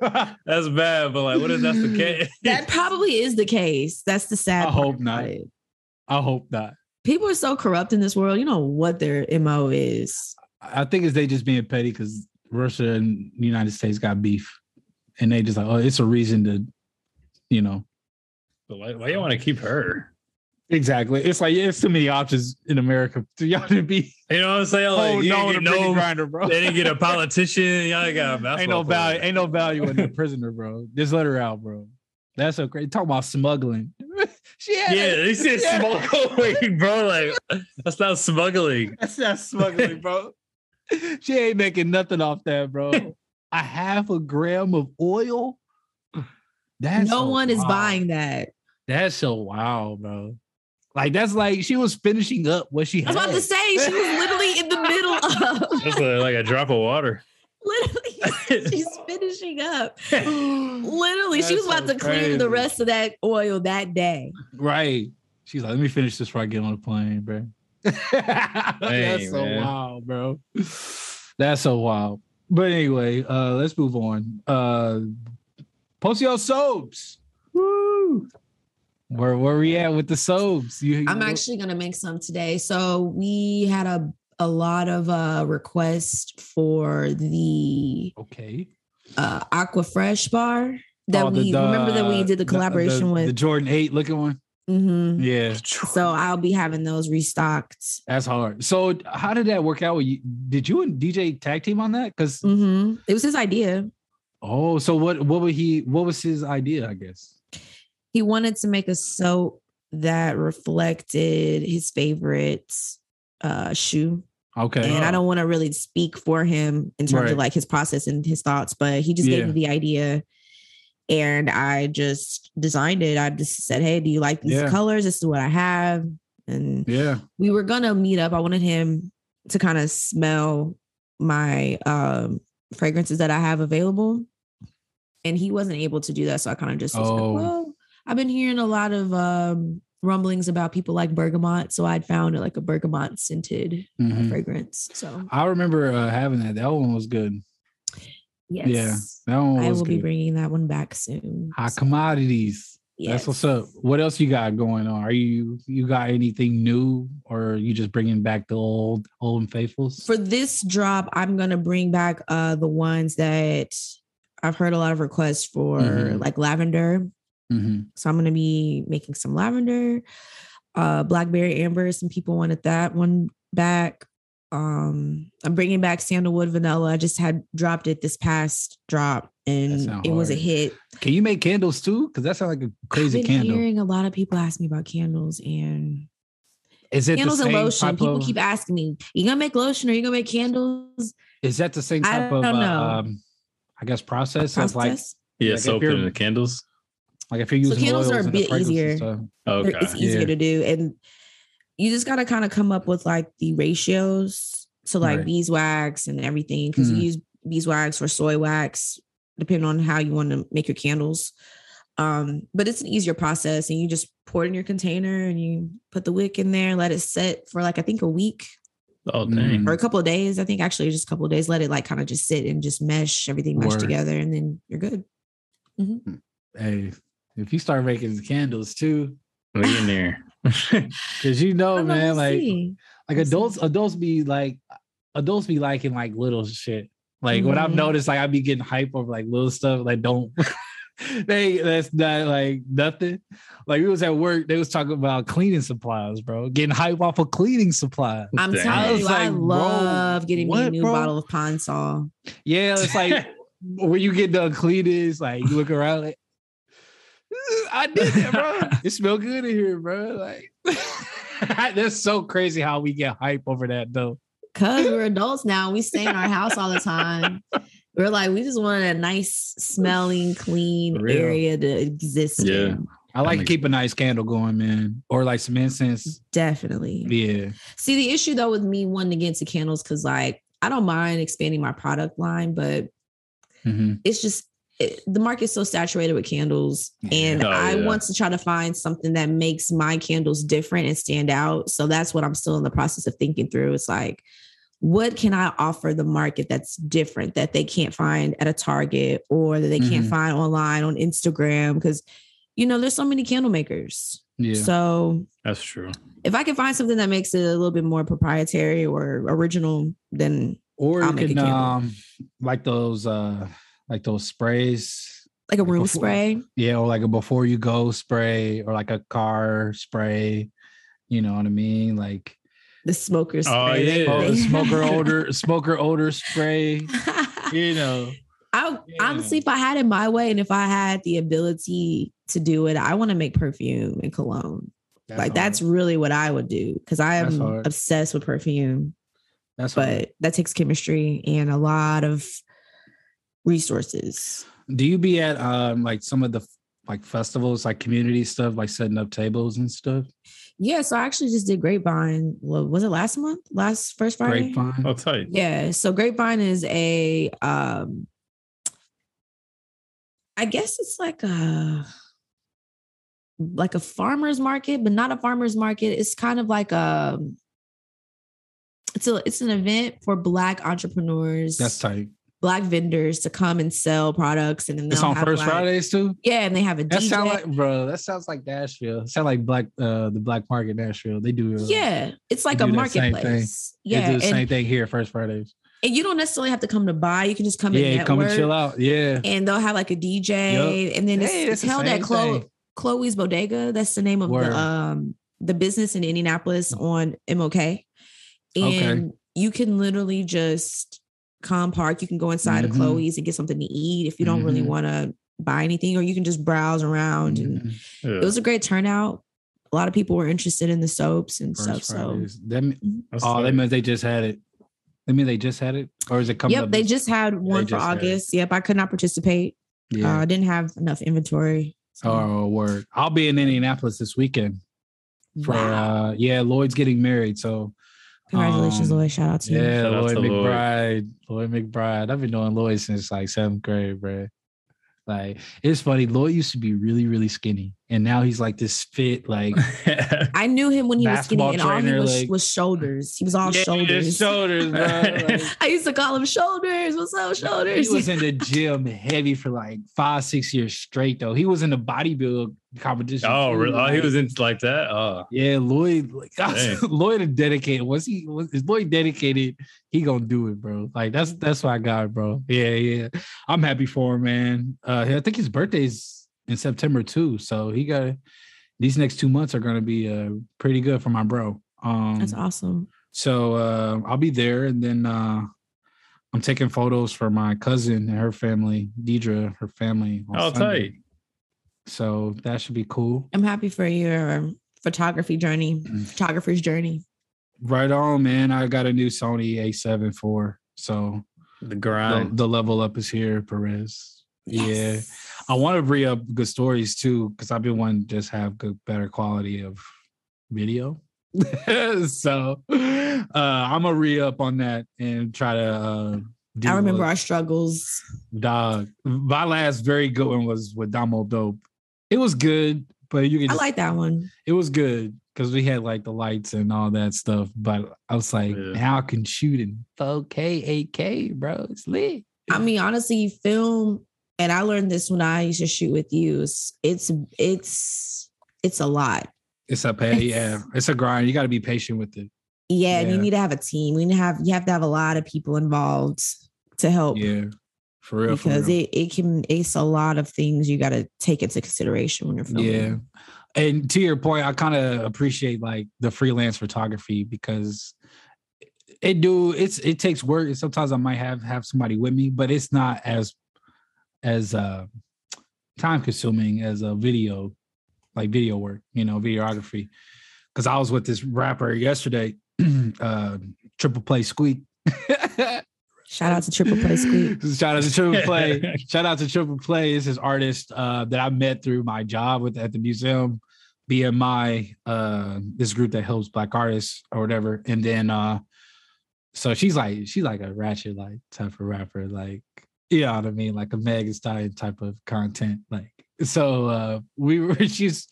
S2: That's bad, but like, what if that's the case?
S3: Hmm. That probably is the case. That's the sad
S1: I
S3: part
S1: hope
S3: about
S1: not.
S3: it.
S1: I hope not.
S3: People are so corrupt in this world. You know what their MO is.
S1: I think it's they just being petty because Russia and the United States got beef, and they just like, oh, it's a reason to, you know.
S2: But why, why you want to keep her?
S1: Exactly. It's like yeah, it's too many options in America for y'all to be.
S2: You know what I'm saying? Like,
S1: oh
S2: you
S1: no, the
S2: didn't get
S1: no
S2: no-
S1: grinder, bro.
S2: they didn't get a politician. Y'all got a
S1: ain't no
S2: basketball
S1: value.
S2: player.
S1: Ain't no value in the prisoner, bro. Just let her out, bro. That's so crazy. Talk about smuggling.
S4: She had
S2: Yeah, they said
S4: Yeah.
S2: smuggle weed, bro. Like that's not smuggling.
S4: That's not smuggling, bro. she ain't making nothing off that, bro. a half a gram of oil. That's
S3: no
S1: so
S3: one is
S1: wild.
S3: buying that.
S1: That's so wild, bro. Like that's like she was finishing up what she
S3: I was
S1: had.
S3: about to say she was literally in the middle of
S2: That's a- like a drop of water.
S3: literally she's finishing up.
S4: right.
S3: Literally, she was
S1: That's
S3: about
S1: so
S3: to clear
S1: crazy.
S3: the rest of that oil that day.
S1: Right. She's like, let me finish this before I get on the plane, bro. That's so
S2: man.
S1: wild, bro. That's so wild. But anyway, uh, let's move on. Uh post your soaps. Woo! Where where we at with the soaps? You, you-
S3: I'm actually gonna make some today. So we had a a lot of uh requests for the
S1: okay.
S3: uh Aqua Fresh bar that
S1: Oh, the-
S3: we
S1: the-
S3: remember that we did the collaboration
S1: the
S3: with.
S1: Jordan 8 looking one.
S3: Mhm.
S1: Yeah,
S3: So I'll be having those restocked.
S1: that's hard. So how did that work out? With you? Did you and DJ tag team on that? Because
S3: Mhm. It was his idea.
S1: oh, so what what would he what was his idea, I guess?
S3: He wanted to make a soap that reflected his favorite uh shoe.
S1: Okay.
S3: And I don't want to really speak for him in terms
S1: Right.
S3: of like his process and his thoughts, but he just
S1: Yeah.
S3: gave me the idea and I just designed it. I just said, Hey, do you like these
S1: Yeah.
S3: colors? This is what I have. And
S1: yeah.
S3: we were gonna meet up. I wanted him to kind of smell my um fragrances that I have available. And he wasn't able to do that. So I kind of just was like,
S1: Oh.
S3: well, I've been hearing a lot of um rumblings about people like bergamot. So I'd found like a bergamot scented uh,
S1: Mhm.
S3: fragrance. So
S1: I remember uh, having that. That one was good.
S3: yes.
S1: That one was
S3: I will
S1: good.
S3: be bringing that one back soon.
S1: High commodities. That's what's up. What else you got going on? Are you you got anything new, or you just bringing back the old old and faithfuls?
S3: for this drop i'm gonna bring back uh the ones that i've heard a lot of requests for
S1: Mhm.
S3: like lavender
S1: Mhm.
S3: so i'm gonna be making some lavender uh blackberry amber some people wanted that one back um i'm bringing back sandalwood vanilla i just had dropped it this past drop and
S1: sound
S3: it was a
S1: hard.
S3: hit
S1: Can you make candles too? Because that sounds like a crazy
S3: i've been
S1: candle.
S3: hearing a lot of people ask me about candles and
S1: Is it
S3: candles
S1: the
S3: and
S1: same
S3: lotion
S1: type
S3: people
S1: of-
S3: keep asking me you gonna make lotion or you gonna make candles
S1: Is that the same
S3: I
S1: type of?
S3: don't know.
S1: Uh, um, I guess process, of like
S3: Process?
S2: Yeah,
S1: Like, if
S2: soap
S1: you're-
S2: and the candles.
S1: like if you're
S3: So
S1: using
S3: candles
S1: oils
S3: are a
S1: and the
S3: bit
S1: fragrances
S3: easier.
S1: and stuff.
S3: They're-
S2: Okay.
S3: it's easier
S1: Yeah.
S3: to do and you just got to kind of come up with like the ratios to like
S1: Right.
S3: beeswax and everything because
S1: Mhm.
S3: you use beeswax or soy wax depending on how you want to make your candles um but it's an easier process and you just pour it in your container and you put the wick in there let it set for like i think a week
S2: Oh
S1: Mm.
S2: dang.
S3: or a couple of days i think actually just a couple of days let it like kind of just sit and just mesh everything mesh
S1: Word.
S3: together and then you're good
S1: Hey, if you start making candles too,
S2: Millionaire.
S1: because you know,
S3: I'm like,
S1: Oh, man,
S3: "Let's
S1: like
S3: see."
S1: like
S3: Let's see.
S1: adults adults be like adults be liking like little shit like what i've
S3: Mhm.
S1: noticed like i be getting hype over like little stuff like don't they that's not like nothing like we was at work they was talking about cleaning supplies bro getting hype off of cleaning supplies
S3: i'm
S2: Dang.
S1: I
S3: telling
S1: was
S3: you i
S1: like, bro,
S3: love getting me a
S1: what,
S3: new
S1: bro?
S3: bottle of pine sol
S1: yeah it's like when you get done cleaning it's like you look around like I did that, bro. It smell good in here, bro. Like that's so crazy how we get hype over that though.
S3: Cause we're adults now. We stay in our house all the time. We're like, we just want a nice smelling, clean
S1: For real.
S3: area to exist
S2: Yeah.
S3: in.
S1: I like to
S2: makes-
S1: keep a nice candle going, man, or like some incense.
S3: Definitely.
S1: Yeah,
S3: See, the issue though with me wanting to get into candles, cause like I don't mind expanding my product line, but
S1: Mhm.
S3: it's just it, the market's so saturated with candles. And
S2: Oh,
S3: I
S2: yeah.
S3: want to try to find something that makes my candles different and stand out. So that's what I'm still in the process of thinking through. It's like, what can I offer the market that's different that they can't find at a Target or that they can't
S1: Mhm.
S3: find online on Instagram? Because, you know, there's so many candle makers.
S1: yeah.
S3: So
S2: That's true.
S3: if I can find something that makes it a little bit more proprietary or original, then
S1: or
S3: I'll
S1: you
S3: make a
S1: can
S3: candle.
S1: um, like those uh, like those sprays.
S3: like a
S1: Like
S3: room
S1: before-
S3: spray.
S1: Yeah, or like a before you go spray, or like a car spray. You know what I mean? Like
S3: The smoker spray.
S2: Oh,
S3: they-
S2: yeah.
S1: oh, the
S3: they-
S1: smoker odor, smoker odor spray. You know,
S3: I
S1: Yeah.
S3: honestly, if I had it my way and if I had the ability to do it. I want to make perfume and cologne.
S1: That's
S3: like
S1: hard.
S3: that's really what I would do because I
S1: That's
S3: am
S1: hard.
S3: obsessed with perfume,
S1: that's
S3: but
S1: hard.
S3: that takes chemistry and a lot of resources.
S1: Do you be at um like some of the like festivals, like community stuff, like setting up tables and stuff?
S3: Yeah, so I actually just did Grapevine. What was it last month? Last first Friday?
S1: Grapevine.
S2: I'll tell you.
S3: Yeah. So Grapevine is a um I guess it's like a like a farmer's market, but not a farmer's market. It's kind of like a it's a it's an event for black entrepreneurs,
S1: That's tight.
S3: black vendors to come and sell products and then
S1: It's
S3: they'll
S1: on
S3: have,
S1: First
S3: like-
S1: Fridays too.
S3: Yeah, and they have a
S1: That
S3: DJ.
S1: sound like bro. That sounds like Nashville. Sound like black uh the black market Nashville. They do uh,
S3: yeah, it's like
S1: They
S3: a
S1: do that same thing.
S3: marketplace.
S1: They
S3: Yeah,
S1: do the
S3: and,
S1: same thing here First Fridays.
S3: and you don't necessarily have to come to buy. You can just come
S1: yeah,
S3: and
S1: you
S3: network.
S1: come and chill out. Yeah,
S3: and they'll have like a DJ,
S1: Yup.
S3: and then it's,
S1: Hey,
S3: it's
S1: that's the
S3: held at
S1: same
S3: Chloe,
S1: thing.
S3: Chloe's Bodega. That's the name of
S1: Word. Mm.
S3: the um the business in Indianapolis on MOK, and you can literally just come park. You can go inside
S1: Mhm.
S3: of Chloe's and get something to eat if you don't really
S1: Mhm.
S3: want to buy anything, or you can just browse around. And
S1: Mhm.
S2: Yeah,
S3: it was a great turnout. A lot of people were interested in the soaps and
S1: First
S3: stuff. So.
S1: Fridays. That mean-
S2: that's
S1: oh,
S2: tight.
S1: that means they just had it. That mean they just had it, or is it coming?
S3: Yep,
S1: up
S3: they
S1: this-
S3: just had one for
S1: just had it.
S3: August. Yep, I could not participate.
S1: Yeah.
S3: Uh, I didn't have enough inventory. So-
S1: oh, word. I'll be in Indianapolis this weekend for
S3: Wow.
S1: uh yeah. Lloyd's getting married, so
S3: Congratulations,
S1: um,
S3: Lloyd. Shout out to you.
S1: Yeah,
S2: Shout out
S1: Lloyd
S2: to Lloyd.
S1: McBride. Lloyd McBride. I've been knowing Lloyd since like seventh grade, bro. Like it's funny. Lloyd used to be really, really skinny, and now he's like this fit, like
S3: I knew him when he was skinny,
S1: Basketball
S3: and all he
S1: trainer,
S3: was
S1: like-
S3: was shoulders. He was all
S1: Yeah,
S3: shoulders.
S1: shoulders, bro. Like,
S3: I used to call him shoulders. What's up, shoulders?
S1: He was in the gym heavy for like five, six years straight, though. He was in the bodybuild competition.
S2: oh,
S1: too,
S2: really? Oh, he
S1: like-
S2: was into like that. Oh,
S1: Yeah, Lloyd. Like,
S2: Dang.
S1: Lloyd is dedicated. Was he? Was, is Lloyd dedicated? He gonna do it, bro. Like that's that's what I got, bro. Yeah, yeah. I'm happy for him, man. Uh, I think his birthday's in September too, so he got these next two months are gonna be uh pretty good for my bro. Um,
S3: That's awesome.
S1: so uh, I'll be there, and then uh, I'm taking photos for my cousin and her family, Deidre, her family. on
S2: Oh,
S1: Sunday.
S2: tight.
S1: So that should be cool.
S3: I'm happy for your photography journey,
S1: Mm.
S3: photographer's journey.
S1: Right on, man. I got a new Sony A7 IV, so
S2: the
S1: the,
S2: grind.
S1: the level up is here, Perez. Yeah,
S3: Yes.
S1: I want to bring up good stories too, because I've been wanting to just have good, better quality of video. so uh, I'm gonna re up on that and try to. Uh, do
S3: I remember
S1: a-
S3: our struggles.
S1: Dog. My last very good one was with Damo Dope. It was good, but you can
S3: I
S1: just,
S3: like that one.
S1: it was good because we had like the lights and all that stuff. But I was like,
S2: Yeah.
S1: now I can shoot in 4K, 8K, bro. It's lit.
S3: I mean, honestly, film, and I learned this when I used to shoot with you. It's it's it's, it's a lot.
S1: It's a pay, yeah. It's a grind. You gotta be patient with it.
S3: Yeah, and you
S1: Yeah.
S3: need to have a team. We need to have you have to have a lot of people involved to help.
S1: Yeah. For real. for
S3: because
S1: real.
S3: it, it can it's a lot of things you got to take into consideration when you're filming.
S1: Yeah. And to your point, I kind of appreciate like the freelance photography because it do it's it takes work. And sometimes I might have have somebody with me, but it's not as as uh time consuming as a video, like video work, you know, videography. Cause I was with this rapper yesterday, uh triple play squeak.
S3: Shout out to Triple Play Squeak.
S1: Shout out to Triple Play. Shout out to Triple Play. This is artist uh, that I met through my job with at the museum, BMI, uh, this group that helps black artists or whatever. And then uh, so she's like she's like a ratchet like type of rapper, like you know what I mean, like a Meg Thee Stallion type of content. Like so uh, we were she's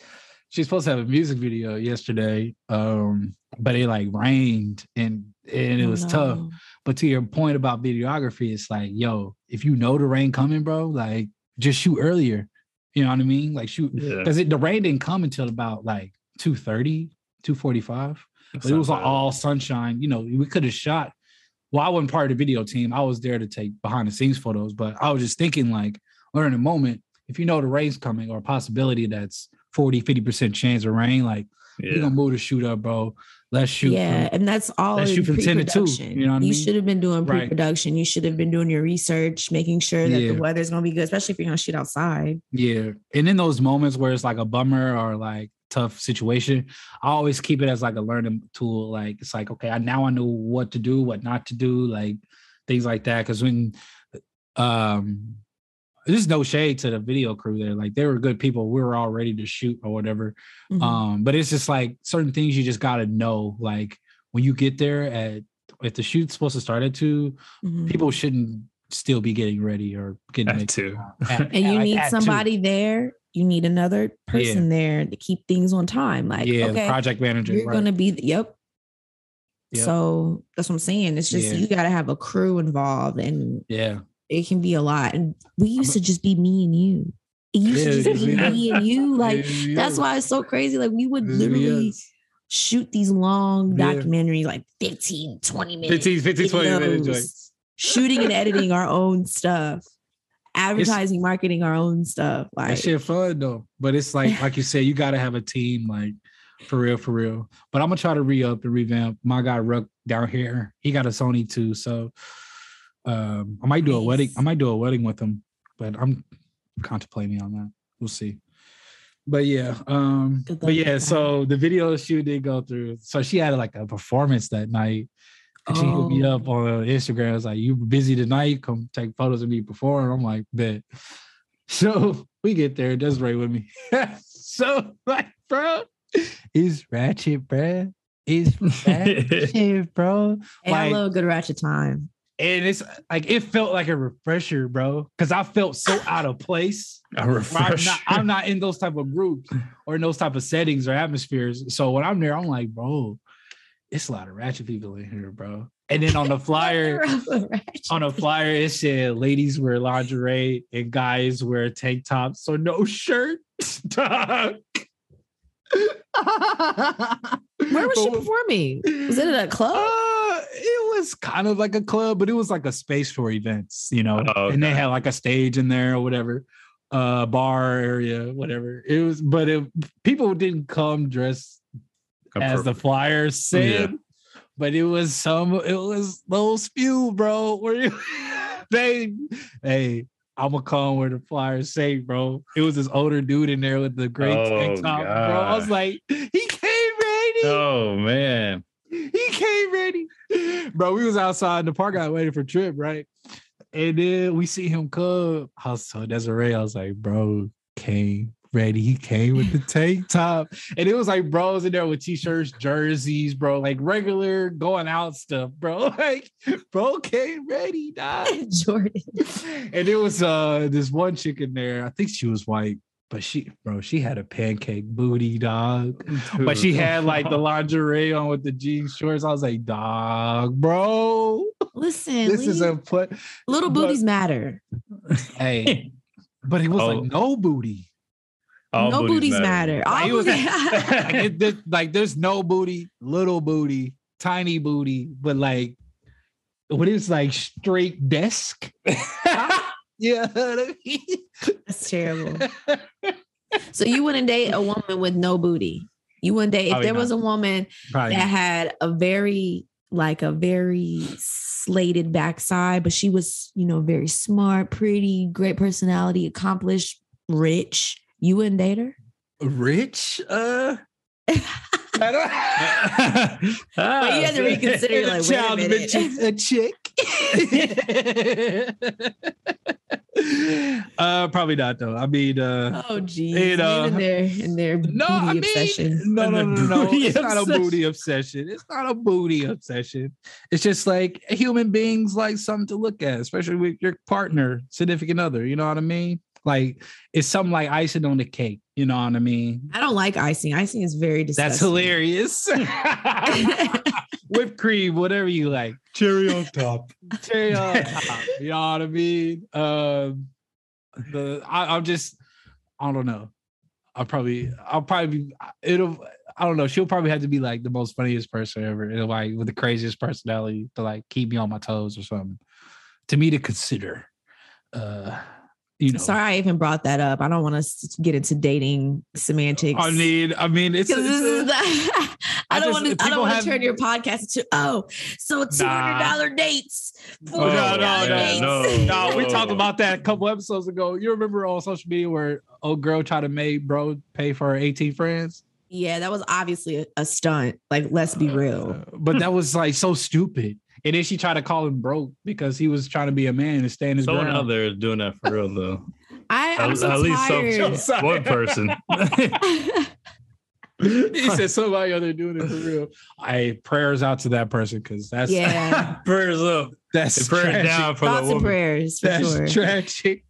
S1: she's supposed to have a music video yesterday, um, but it like rained and and it
S3: Oh,
S1: was
S3: no.
S1: tough. But to your point about videography, it's like, yo, if you know the rain coming, bro, like just shoot earlier. You know what I mean? Like shoot
S2: Yeah,
S1: because it the rain didn't come until about like 2:30, 2:45. But it was like all sunshine. You know, we could have shot. Well, I wasn't part of the video team. I was there to take behind the scenes photos, but I was just thinking like, or in a moment, if you know the rain's coming or a possibility that's 40, 50% chance of rain, like We're
S2: Yeah.
S1: gonna move the shoot up, bro. Let's shoot.
S3: yeah, and that's all
S1: Let's
S3: in
S1: shoot from 10 to 2,
S3: pre-production.
S1: you know what I mean?
S3: should have been doing
S1: Right.
S3: pre-production. You should have been doing your research, making sure that the
S1: Yeah.
S3: weather's gonna be good, especially if you're gonna shoot outside.
S1: Yeah. And in those moments where it's like a bummer or like tough situation, I always keep it as like a learning tool. Like it's like, okay, I now I know what to do, what not to do, like things like that. Cause when um there's no shade to the video crew there. Like they were good people. We were all ready to shoot or whatever.
S2: Mm-hmm.
S3: Mhm.
S1: Um, but it's just like certain things you just gotta know. Like when you get there at if the shoot's supposed to start at two,
S3: Mhm.
S1: people shouldn't still be getting ready or getting
S2: At
S1: mixed
S2: two.
S1: up. At-
S3: and you
S1: like
S3: need
S1: at two.
S3: somebody there. You need another person there to keep things on time. Like,
S1: yeah, the
S3: okay,
S1: project manager.
S3: you're
S1: right.
S3: gonna be the, yep.
S1: Yep.
S3: So that's what I'm saying. It's just
S1: Yeah.
S3: you gotta have a crew involved and
S1: yeah,
S3: it can be a lot. And we used to just be me and you. It used
S1: Yeah,
S3: to just be
S1: yeah.
S3: me and you. Like that's why it's so crazy. Like we would literally shoot these long
S1: Yeah.
S3: documentaries, like 15, 20 minutes.
S2: 15, 15, 20 minute
S3: videos,
S2: joints.
S3: Shooting and editing our own stuff. Advertising, marketing our own stuff. Like
S1: that shit fun though. But it's like, like you said, you gotta have a team, like for real, for real. But I'm gonna try to re up and revamp. My guy Ruck down here, he got a Sony too, so um, I might do a wedding. I
S3: Nice.
S1: might do a wedding with him, but I'm contemplating on that. We'll see. But yeah, um,
S3: Good
S1: but
S3: luck
S1: yeah.
S3: with that.
S1: So the video shoot did go through. So she had like a performance that night. And she hit me
S3: Oh.
S1: up on Instagram. It's like, you busy tonight? Come take photos of me before. And I'm like, bet. So we get there. Desiree with me. so like, bro, it's ratchet, bro. It's ratchet, bro.
S3: and I
S1: like-
S3: love a good ratchet time.
S1: And it's like it felt like a refresher, bro. Cause I felt so out of place.
S2: A
S1: Where I'm
S2: refresher.
S1: not, I'm not in those type of groups or in those type of settings or atmospheres. So when I'm there, I'm like, bro, it's a lot of ratchet people in here, bro. And then on the flyer, on a flyer, it said ladies wear lingerie and guys wear tank tops, so no shirt. Dog.
S3: Where was she
S1: But-
S3: performing? Was it at a club?
S1: Uh, it was kind of like a club, but it was like a space for events, you know.
S2: Oh,
S1: And they
S2: okay.
S1: had like a stage in there or whatever, uh, bar area, whatever. It was, but it, people didn't come dressed as the flyer said. But it was some, it was those few, bro. Where you, they, hey, I'ma come where the flyers say, bro. It was this older dude in there with the great tank
S2: Oh,
S1: top, bro. I was
S2: gosh.
S1: like, he came ready.
S2: Oh man.
S1: He came ready, bro. We was outside in the park, I waiting for Trip, right? And then we see him come. I was so Desiree. I was like, bro, came ready. He came with the tank top, and it was like bros in there with t-shirts, jerseys, bro, like regular going out stuff, bro. Like, bro came ready, dog
S3: Jordan.
S1: and it was uh this one chick in there. I think she was white, but she bro, she had a pancake booty, dog. But she had like the lingerie on with the jean shorts. I was like, dog, bro,
S3: Listen,
S1: this is a put.
S3: little
S1: but-
S3: booties matter.
S1: Hey, but it was
S2: Oh.
S1: like no booty.
S2: All
S3: no booties, matter.
S1: Like, it
S3: All
S1: was- Like,
S3: booties-
S1: it, there- like there's no booty, little booty, tiny booty, but like what is like straight desk? yeah,
S3: That's terrible. so you wouldn't date a woman with no booty. You wouldn't date if
S1: Probably
S3: there was a woman
S1: probably.
S3: that had a very like a very slated backside, but she was, you know, very smart, pretty, great personality, accomplished, rich. You wouldn't date her?
S1: rich uh
S2: but you
S1: Ah,
S3: But you had to reconsider, you're like, wait a
S1: child
S3: minute.
S1: bitch, a chick uh probably not though i mean uh
S3: Oh geez.
S1: You know.
S3: in their in their
S1: uh, no
S3: booty
S1: i mean
S3: obsession.
S1: no no no no, no.
S2: Booty
S1: it's not a
S2: obsession.
S1: booty obsession it's not a booty obsession it's just like human beings like something to look at especially with your partner significant other you know what i mean like it's something like icing on the cake you know what i mean
S3: I don't like icing. Icing is very disgusting.
S1: that's hilarious whipped cream, whatever you like.
S2: Cherry on top.
S1: Cherry on top. You know what I mean? Um, the I, I'm just I don't know. I'll probably I'll probably be, it'll I don't know. She'll probably have to be like the most funniest person ever, and like with the craziest personality to like keep me on my toes or something. To me to consider. Uh you know.
S3: Sorry, I even brought that up. I don't want to get into dating semantics.
S1: I mean, I mean, it's,
S3: Because
S1: it's
S3: this
S1: a-
S3: is the, I
S1: I
S3: don't
S1: just-
S3: want to. I
S1: people
S3: don't want
S1: have-
S3: to turn your podcast into oh, so two hundred dollar dates.
S1: Oh,
S3: $400
S1: no, no, no,
S3: dates.
S2: no.
S1: No, we
S2: Whoa.
S3: Oh.
S1: talked about that a couple episodes ago. You remember on social media where old girl tried to make bro pay for her 18 friends?
S3: Yeah, that was obviously a, a stunt. Like, let's
S1: Uh,
S3: be real.
S1: But that was like so stupid. And then she tried to call him broke because he was trying to be a man and stand his
S2: Someone out
S1: ground.
S2: there is doing that for real though.
S3: I, I'm
S2: at,
S3: so
S2: at least
S3: tired.
S2: some one person.
S1: he said somebody out there doing it for real. I prayers out to that person because that's
S3: yeah,
S2: Prayers up.
S1: that's
S2: And Prayers
S1: tragic.
S2: down for the
S3: thoughts and
S2: woman.
S3: prayers for
S1: That's
S3: sure.
S1: tragic.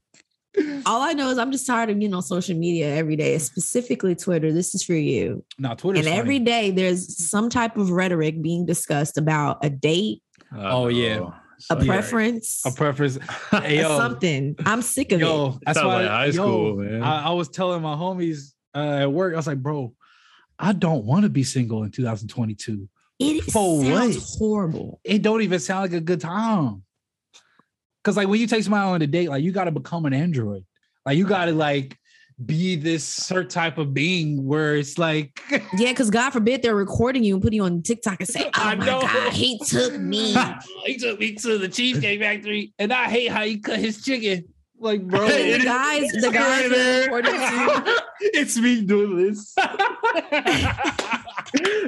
S3: All I know is I'm just tired of getting on social media every day, specifically Twitter. This is for you.
S1: Now Twitter.
S3: and every day there's some type of rhetoric being discussed about a date,
S1: Oh, yeah.
S3: a
S1: Yeah.
S3: preference,
S1: a preference. Hey,
S3: a
S1: yo,
S3: something. I'm sick of it.
S1: yo, that's
S2: Sounds
S1: why
S2: like high
S1: yo,
S2: school, man.
S1: I, I was telling my homies uh, at work, I was like, bro, I don't want to be single in 2022.
S3: It
S1: For
S3: sounds
S1: what?
S3: horrible.
S1: It don't even sound like a good time. Cause like when you take somebody on a date, like you gotta become an android. Like you gotta like be this certain type of being where it's like
S3: Yeah, because God forbid they're recording you and putting you on TikTok and say, "Oh
S1: I
S3: my
S1: know.
S3: God, he took me."
S1: he took me to the cheesecake factory and I hate how he cut his chicken. Like, bro,
S3: the guys, the guys are recording you.
S1: it's me doing this.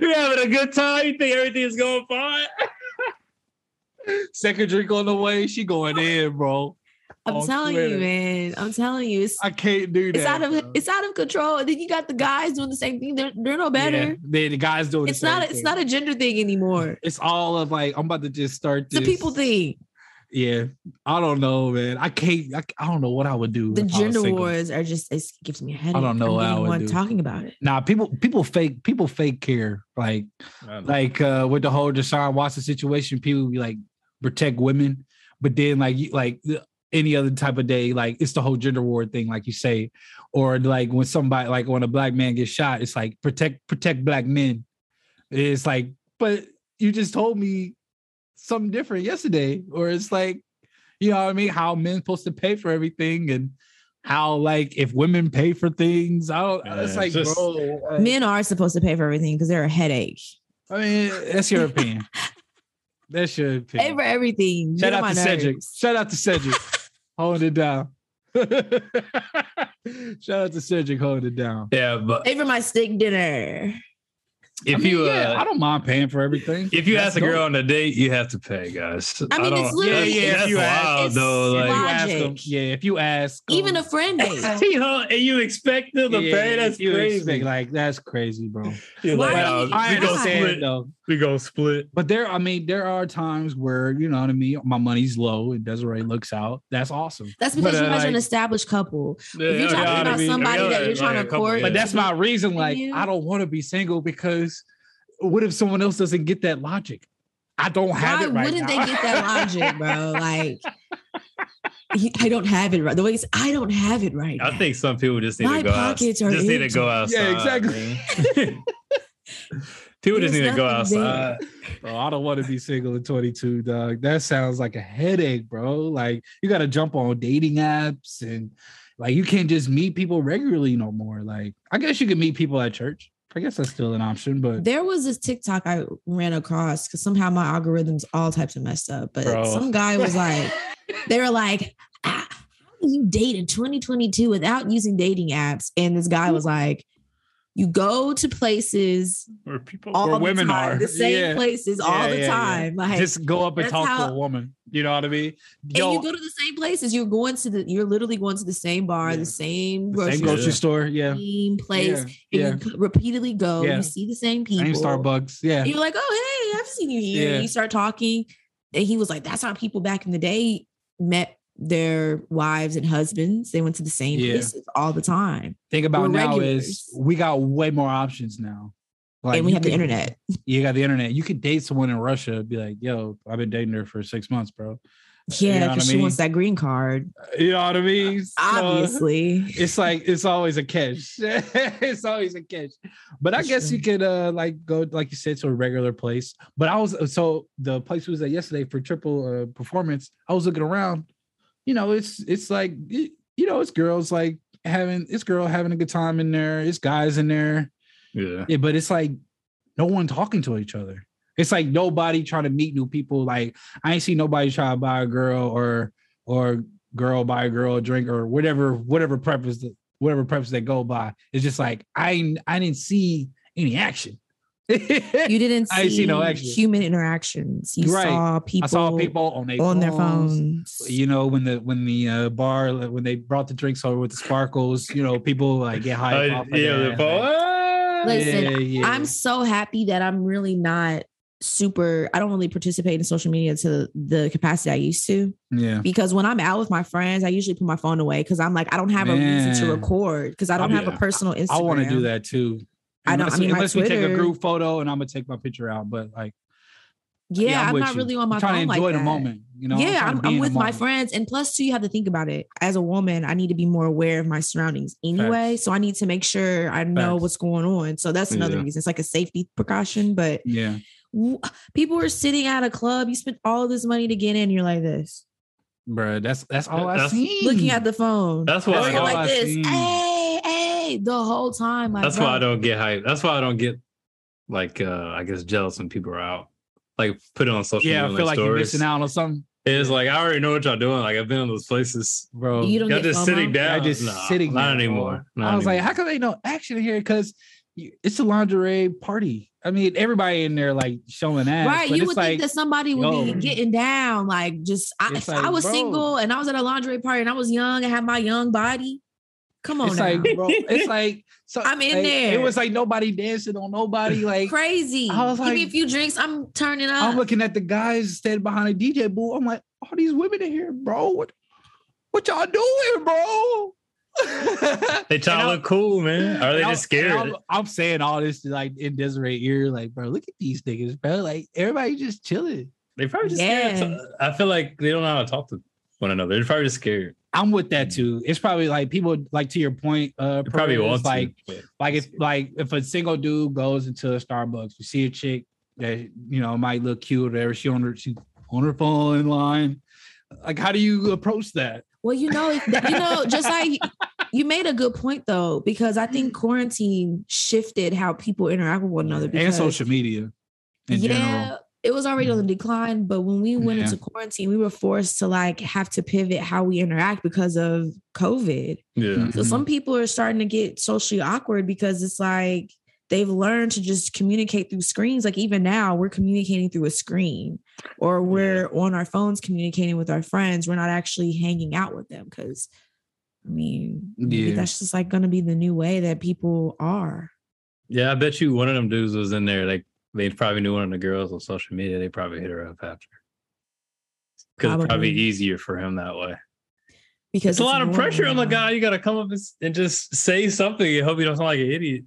S2: You're having a good time. You think everything is going fine?
S1: Second drink on the way, she going in, bro.
S3: I'm
S1: on
S3: telling
S1: Twitter.
S3: you, man. I'm telling you, it's,
S1: I can't do that.
S3: it's out of
S1: bro.
S3: it's out of control. And then you got the guys doing the same thing. They're they're no better.
S1: Yeah, they- the guys doing.
S3: It's not it's not a gender thing anymore.
S1: It's all of like I'm about to just start.
S3: It's a
S1: This.
S3: people thing.
S1: Yeah, I don't know, man. I can't. I, I don't know what I would do.
S3: The
S1: if I was
S3: gender
S1: single.
S3: wars are just it gives me a headache.
S1: don't know
S3: I'm
S1: what I
S3: getting
S1: would
S3: one
S1: do.
S3: talking about it.
S1: Nah, people people fake people fake care like like uh with the whole Deshaun Watson situation. People be like protect women, but then like you like any other type of day, like it's the whole gender war thing, like you say, or like when somebody like when a black man gets shot, it's like protect protect black men. It's like, but you just told me something different yesterday, or it's like, you know what I mean? How men supposed to pay for everything and how like if women pay for things, I don't.
S2: Yeah,
S1: it's like,
S2: it's just-
S1: bro, uh,
S3: Men are supposed to pay for everything because they're a headache.
S1: I mean, that's your opinion. that's your opinion.
S3: Pay for everything.
S1: Shout
S3: Get on
S1: out
S3: my
S1: to Cedric.
S3: nerves.
S1: Shout out to Cedric. holding it down. Shout out to Cedric holding it down.
S2: Yeah, but
S3: Pay for my steak dinner.
S2: if
S1: I mean,
S2: you
S1: yeah,
S2: uh,
S1: I don't mind paying for everything.
S2: if you
S1: That's
S2: ask a
S1: dope.
S2: girl on a date, you have to pay, guys.
S3: I mean, it's
S2: don't-
S3: literally-
S2: that's,
S1: Yeah, yeah, if
S2: that's
S1: you ask-
S2: wild
S3: it's
S2: though.
S1: if
S2: Like,
S1: you ask
S3: Logic.
S1: them, yeah, if you ask,
S3: Even
S1: them-
S3: a friend date.
S2: you know, and you expect them to
S1: yeah,
S2: pay? That's
S1: if you
S2: crazy.
S1: expect- like that's crazy, bro.
S2: You're
S3: Why
S2: like,
S3: do
S2: "Oh,
S3: you-
S1: I
S2: we gonna split.
S1: understand though.
S2: We gonna split.
S1: But there, I mean, there are times where you know what I mean. My money's low, and Desiree looks out. That's awesome.
S3: That's because
S1: But,
S3: you
S1: uh,
S3: guys are an
S1: like-
S3: established couple.
S2: Yeah,
S3: If you're
S2: you
S3: talking
S2: know what I
S3: about
S2: mean?
S3: somebody
S2: Yeah,
S3: that you're
S2: like
S3: trying
S2: a
S3: to
S2: couple,
S3: court,
S1: But
S2: yeah.
S1: that's my reason. Like,
S3: you-
S1: I don't want to be single because what if someone else doesn't get that logic? I don't have
S3: Why
S1: it right now.
S3: wouldn't they get that logic, bro? Like, he- I don't have it right. The way he's, I don't have it right.
S2: I
S3: now.
S2: think some people just need
S3: My
S2: to go out.
S3: pockets
S2: Just
S3: are
S2: need to
S3: empty.
S2: go outside.
S1: Yeah, exactly.
S2: man. people
S3: There's
S2: just need to go
S3: nothing there.
S2: outside.
S1: Bro, I don't want to be single at 22, dog. That sounds like a headache, bro. Like you got to jump on dating apps and like you can't just meet people regularly no more. Like I guess you can meet people at church. I guess that's still an option, but
S3: There was this TikTok I ran across because somehow my algorithms all types of messed up. But
S1: Bro.
S3: some guy was like, they were like, "Ah, how do you date in 2022 without using dating apps? And this guy was like, you go to places
S2: Where people
S3: all
S1: Where
S3: the
S1: women
S3: time,
S1: are.
S3: the same
S1: Yeah.
S3: places
S1: Yeah,
S3: all the
S1: yeah, yeah.
S3: time. Like,
S1: just go up and
S3: that's
S1: talk to
S3: how-
S1: a woman. You know what I mean?
S3: and
S1: Yo,
S3: you go to the same places. You're going to the, you're literally going to the same bar,
S1: Yeah.
S3: the
S1: the
S3: same grocery,
S1: same
S2: grocery
S1: grocery store. Yeah.
S3: store, same place.
S1: Yeah.
S3: And
S1: yeah.
S3: you c- repeatedly go,
S1: Yeah.
S3: you see the same people.
S1: Same Starbucks. Yeah.
S3: And you're like, oh, hey, I've seen you here.
S1: Yeah.
S3: And you start talking. And he was like, that's how people back in the day met their wives and husbands. They went to the same
S1: Yeah.
S3: places all the time.
S1: Think about
S3: We're
S1: now
S3: regulars.
S1: is we got way more options now. Like
S3: and we
S1: you
S3: have the
S1: can-
S3: internet.
S1: You got the internet. You could date someone in Russia, be like, yo, I've been dating her for six months, bro. know
S3: Yeah,
S1: what I
S3: because she
S1: mean? Uh-huh.
S3: wants that green card.
S1: You know what I mean? So,
S3: Obviously.
S1: it's like it's always a catch. it's always a catch. But I
S3: For
S1: guess
S3: sure.
S1: you could uh like go like you said to a regular place. But I was uh, so the place we was at yesterday for triple uh, performance. I was looking around. You know, it's it's like y- you, you know, it's girls like having it's girl having a good time in there, it's guys in there.
S2: Yeah.
S1: Yeah, but it's like no one talking to each other. It's like nobody trying to meet new people. Like I ain't see nobody try to buy a girl or or girl buy a girl a drink or whatever whatever preface that whatever preface they go by. It's just like I I didn't see any action.
S3: You didn't
S1: I ain't
S3: see
S1: seen no action.
S3: human interactions. You
S1: Right.
S3: saw people.
S1: I saw people on their
S3: on their phones.
S1: You know when the when the uh, bar like, when they brought the drinks over with the sparkles, you know people like get high.
S2: Uh, yeah. The boy.
S3: Listen,
S1: yeah.
S3: I'm so happy that I'm really not super. I don't really participate in social media to the capacity I used to
S1: yeah.
S3: because when I'm out with my friends, I usually put my phone away because I'm like I don't have a reason to
S1: Man.
S3: record because I don't
S1: I-
S3: have a personal Instagram.
S1: I want to do that too.
S3: I don't- I
S1: Unless,
S3: mean, my
S1: unless we take a
S3: Twitter-
S1: group photo and I'm gonna take my picture out, but like,
S3: Yeah,
S1: I'm
S3: I'm,
S1: with
S3: not
S1: you.
S3: really on my
S1: I'm
S3: phone
S1: trying to
S3: like
S1: enjoy the
S3: that.
S1: moment. You know,
S3: yeah,
S1: trying to
S3: I'm,
S1: be in
S3: I'm
S1: the
S3: with my
S1: moment.
S3: friends, and plus, too, you have to think about it. As a woman, I need to be more aware of my surroundings anyway,
S1: Facts.
S3: so I need to make sure I know
S1: Facts.
S3: what's going on. So that's another
S2: Yeah.
S3: reason. It's like a safety precaution, but
S1: Yeah,
S3: w- people are sitting at a club. You spent all this money to get in. You're like this,
S1: bro, that's that's all I
S2: That's-
S1: see.
S3: looking at the phone.
S2: That's why
S1: That's
S2: I
S3: Going
S1: all
S2: got.
S1: I
S3: like
S1: seen.
S3: this, hey, hey, the whole time. Like,
S2: That's
S3: bro,
S2: why I don't get hyped. That's why I don't get like uh I guess jealous when people are out. Like put it on social
S1: yeah,
S2: media.
S1: I feel like
S2: stories.
S1: you're missing out on something,
S2: It's like I already know what y'all doing. Like I've been in those places.
S1: bro.
S3: You don't
S2: Y'all
S3: get
S2: just
S3: FOMO?
S2: sitting down.
S1: I just
S2: Nah,
S1: sitting
S2: Not
S1: there,
S2: anymore.
S1: bro.
S2: Not
S1: I was like,
S2: anymore.
S1: how come they no action here? Because it's a lingerie party. I mean, everybody in there like showing ass,
S3: Right,
S1: But
S3: you
S1: it's
S3: would
S1: like,
S3: think that somebody would
S1: yo.
S3: be getting down, like just. I,
S1: It's
S3: if
S1: like,
S3: I was
S1: bro.
S3: single and I was at a lingerie party and I was young and had my young body. Come on,
S1: it's
S3: now.
S1: like, bro, it's like, so
S3: I'm in
S1: like, It
S3: there.
S1: was like nobody dancing on nobody, like.
S3: crazy.
S1: I was
S3: Give me
S1: like-
S3: a few drinks. I'm turning up.
S1: I'm looking at the guys standing behind a DJ booth. I'm like, all these women in here, bro. What, what y'all doing, bro?
S2: They try
S1: And
S2: to
S1: I'll-
S2: look cool, man. Are they
S1: And I'm-
S2: just scared?
S1: and I'm, I'm saying all this to, like in Desiree ear, like, bro, look at these niggas, bro. Like everybody just chilling.
S2: they probably just scared.
S3: Yeah.
S2: to- I feel like they don't know how to talk to one another. They're probably just scared.
S1: I'm with that too. It's probably like people like to your point. Uh,
S2: They probably
S1: Perez,
S2: want to.
S1: like
S2: but-
S1: like if like if a single dude goes into a Starbucks, you see a chick that you know might look cute or whatever. She on her she on her phone in line. Like, how do you approach that?
S3: well, you know, if- you know, just like you made a good point though, because I think quarantine shifted how people interact with one another.
S1: and
S3: Because,
S1: social media in general.
S3: It was already on the decline, but when we went
S1: Yeah.
S3: into quarantine, we were forced to like have to pivot how we interact because of COVID.
S2: yeah.
S3: So
S1: Mm-hmm.
S3: some people are starting to get socially awkward because it's like they've learned to just communicate through screens. Like even now, we're communicating through a screen or we're on our phones communicating with our friends. We're not actually hanging out with them because I mean, maybe
S1: Yeah.
S3: that's just like going to be the new way that people are.
S2: Yeah, I bet you one of them dudes was in there. Like they probably knew one of the girls on social media. They probably hit her up after. Because it's
S3: Probably.
S2: probably easier for him that way.
S3: Because
S2: It's a lot of
S3: normal
S2: pressure on the
S1: uh,
S3: now.
S2: guy. You got to come up and, s- and just say something. You hope you don't sound like an idiot.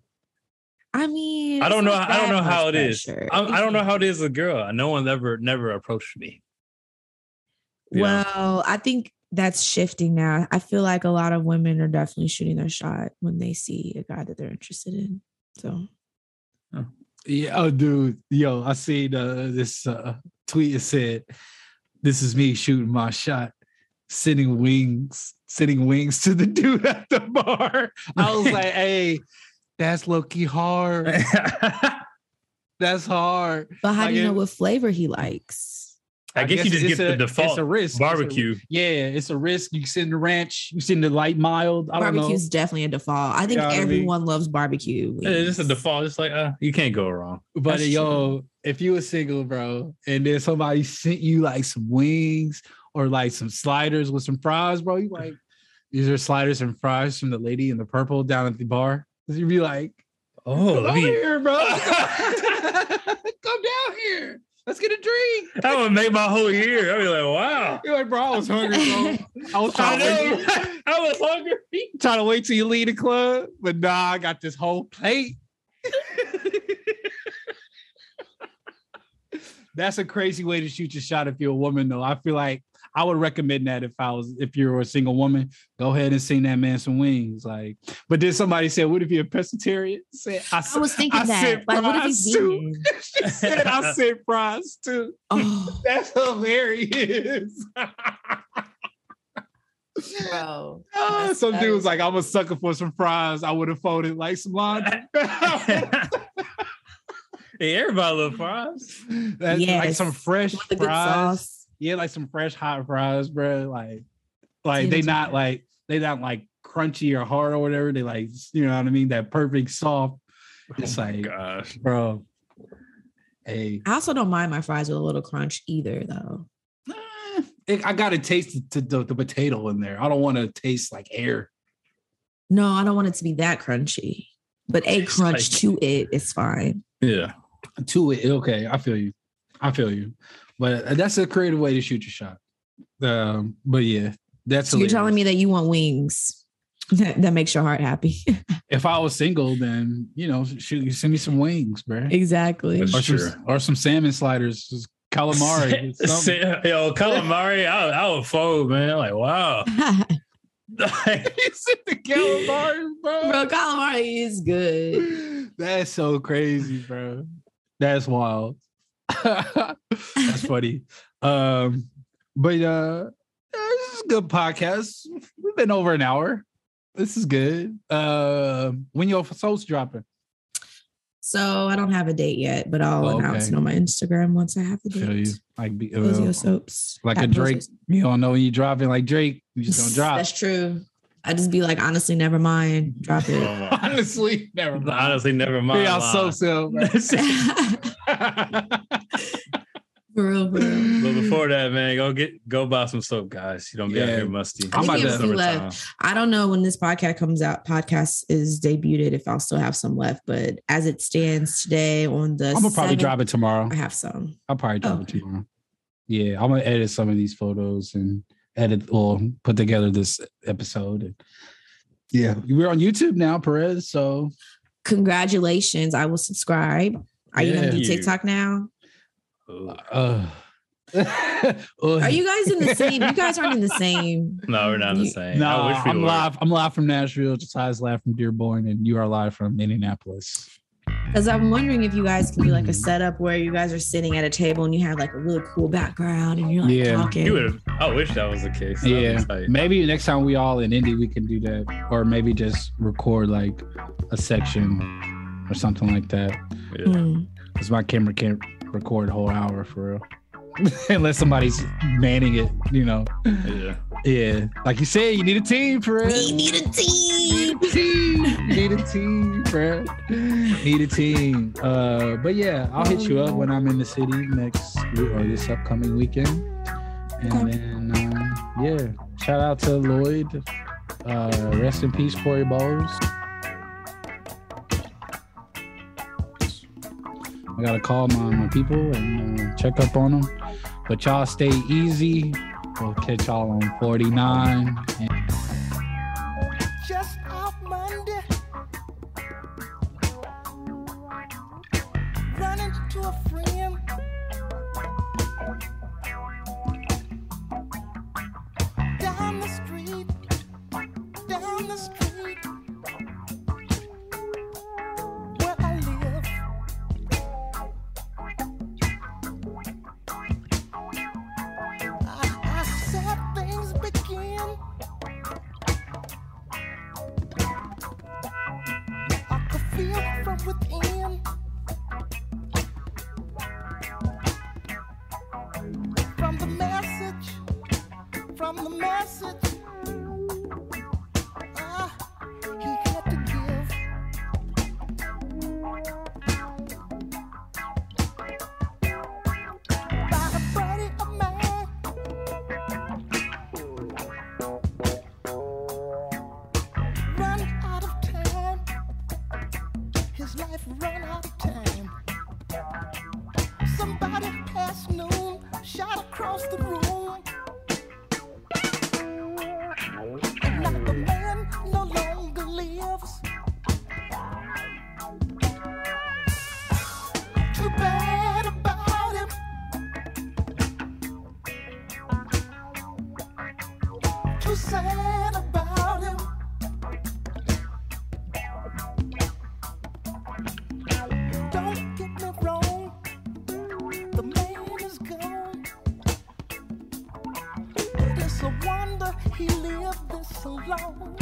S3: I mean,
S2: I
S3: it's
S2: don't know.
S3: not
S2: I don't
S3: that
S2: know
S3: much
S2: how it is.
S3: pressure.
S2: I, I don't know how it is. with A girl. No one ever never approached me. Yeah.
S3: Well, I think that's shifting now. I feel like a lot of women are definitely shooting their shot when they see a guy that they're interested in. So
S1: Yeah, oh, dude, yo, I seen uh, this uh, tweet. It said, "This is me shooting my shot, sending wings, sending wings to the dude at the bar." I was like, "Hey, that's low key hard.
S2: I,
S1: That's hard."
S3: But how
S1: Like
S3: do you know
S1: it-
S3: what flavor he likes?
S2: guess, you just
S1: it's
S2: get
S1: a- It's
S2: the
S1: a
S2: default
S1: risk. It's a-
S2: barbecue.
S1: yeah, it's a risk. You send the ranch. You send the light mild. I don't
S3: Barbecue's definitely a default. I think
S1: Yeah, I mean-
S3: everyone loves barbecue.
S2: It's just a
S3: wings.
S2: default. It's like uh, you can't go wrong.
S1: know. But
S3: That's
S1: yo, if you were single, bro, and then somebody sent you like some wings or like some sliders with some fries, bro, you like these are sliders and fries from the lady in the purple down at the bar. You'd be like,
S2: Oh,
S1: come
S2: let
S1: over
S2: me-
S1: here, bro. come down here. Let's get a drink.
S2: that would make my whole year. I'd be like, wow.
S1: You're like, bro, I was hungry, bro. I was
S2: I
S1: trying to wait,
S2: know. I was hungry.
S1: trying to wait till you leave the club, but nah, I got this whole plate. That's a crazy way to shoot your shot if you're a woman, though. I feel like I would recommend that if I was if you're a single woman, go ahead and sing that man some wings. Like, but then somebody said, "What if you're a pescatarian?" Said, I,
S3: I was thinking
S1: I
S3: that.
S1: said
S3: Like, what if he's
S1: fries, too.
S3: vegan?
S1: said I said fries too.
S3: Oh,
S1: That's hilarious.
S3: bro.
S1: Ah,
S3: That's
S1: some dude was
S3: us.
S1: like, I'm a sucker for some fries. I would have folded like some laundry. That's
S2: hey, everybody love fries.
S1: like
S3: Yes.
S1: some fresh
S3: With the good
S1: fries.
S3: sauce.
S1: Yeah, like some fresh hot fries, bro. Like, like
S3: Tater
S1: they not
S3: tot.
S1: like they not like crunchy or hard or whatever. They like, you know what I mean? That perfect soft. It's like,
S2: Oh, Gosh,
S1: bro. Hey,
S3: I also don't mind my fries with a little crunch either, though.
S1: eh, it- I gotta taste the, the, the potato in there. I don't want to taste like air.
S3: No, I don't want it to be that crunchy, but a
S2: It's
S3: crunch
S2: like-
S3: to it is fine.
S2: yeah.
S1: to it. Okay, I feel you. I feel you. But uh, that's a creative way to shoot your shot. Um, but yeah, that's
S3: So you're telling me
S1: hilarious.
S3: that you want wings. That, that makes your heart happy.
S1: if I was single, then you know, shoot, you send me some wings, bro,
S3: exactly.
S2: That's
S1: or some
S2: Sure.
S1: or some salmon sliders, just calamari.
S2: Sa- sa-
S1: something.
S2: Yo, calamari, I, I would fold, man. Like, wow. Oh,
S1: You said the calamari, bro.
S3: Bro, calamari is good.
S1: That's so crazy, bro. That's wild. That's funny. Um, but uh, yeah, this is a good podcast. We've been over an hour. This is good. Uh, when your soul's dropping,
S3: So I don't have a date yet, but I'll
S1: Oh,
S3: announce
S1: okay.
S3: it on my Instagram once I have a
S1: feel you.
S3: date.
S1: Like be, uh,
S3: Posio
S1: well,
S3: soaps.
S1: like
S3: At
S1: a
S3: Posio
S1: Drake. You don't know when you dropping. Like Drake, you just don't drop.
S3: That's true. I just be like, honestly, never mind. Drop
S2: Oh,
S3: it.
S2: my-
S1: Honestly, never mind.
S2: Honestly, never mind.
S1: Be all so
S2: Lie.
S1: so. bro.
S3: for real, for real.
S2: But before that, man, go get go buy some soap, guys. You don't be out
S1: Yeah.
S2: here musty.
S1: I'm about
S2: It's
S1: to-
S2: summertime.
S3: left. I don't know when this podcast comes out, podcast is debuted, if I'll still have some left. But as it stands today on the
S1: I'm gonna probably
S3: 7th,
S1: drop it tomorrow.
S3: I Oh. have some.
S1: I'll probably drop
S3: Okay.
S1: it tomorrow. Yeah, I'm gonna edit some of these photos and edit or put together this episode. And yeah, we're on YouTube now, Perez. So
S3: Congratulations. I will subscribe. Are you gonna
S1: Yeah.
S3: do TikTok now?
S2: Ooh.
S1: uh,
S3: Are you guys in the same? You guys aren't in the same.
S2: No, we're not the
S3: You-
S2: same.
S1: No,
S2: I wish we
S1: I'm
S2: were.
S1: live. I'm live from Nashville. Josiah's live from Dearborn, and you are live from Indianapolis.
S3: Because I'm wondering if you guys can do like a setup where you guys are sitting at a table and you have like a really cool background and you're like
S1: Yeah.
S3: talking.
S2: You would. I wish that was the case. That'd be
S1: Yeah,
S2: tight.
S1: maybe next time we all in Indy, we can do that, or maybe just record like a section or something like that.
S2: Yeah.
S3: Mm.
S1: Because my camera can't record a whole hour for real. Unless somebody's manning it, you know.
S2: yeah.
S1: Yeah. Like you said, you need a team for
S3: We
S1: it.
S3: need a team.
S1: Team. Need a team, bro. Need a team. Uh, but yeah, I'll hit you up when I'm in the city next week or this upcoming weekend. And
S3: Okay.
S1: then, um, yeah, shout out to Lloyd. Uh, rest in peace, Corey Bowles. I gotta call my, my people and uh, check up on them. But y'all stay easy. We'll catch y'all on 49. And-
S5: just off Monday. Running to a friend. Down the street, down the street. Where I live. I, I said things begin. I could feel from within. From the message, from the message, ah, he had to give. By a body of man, run out of time his life ran alone.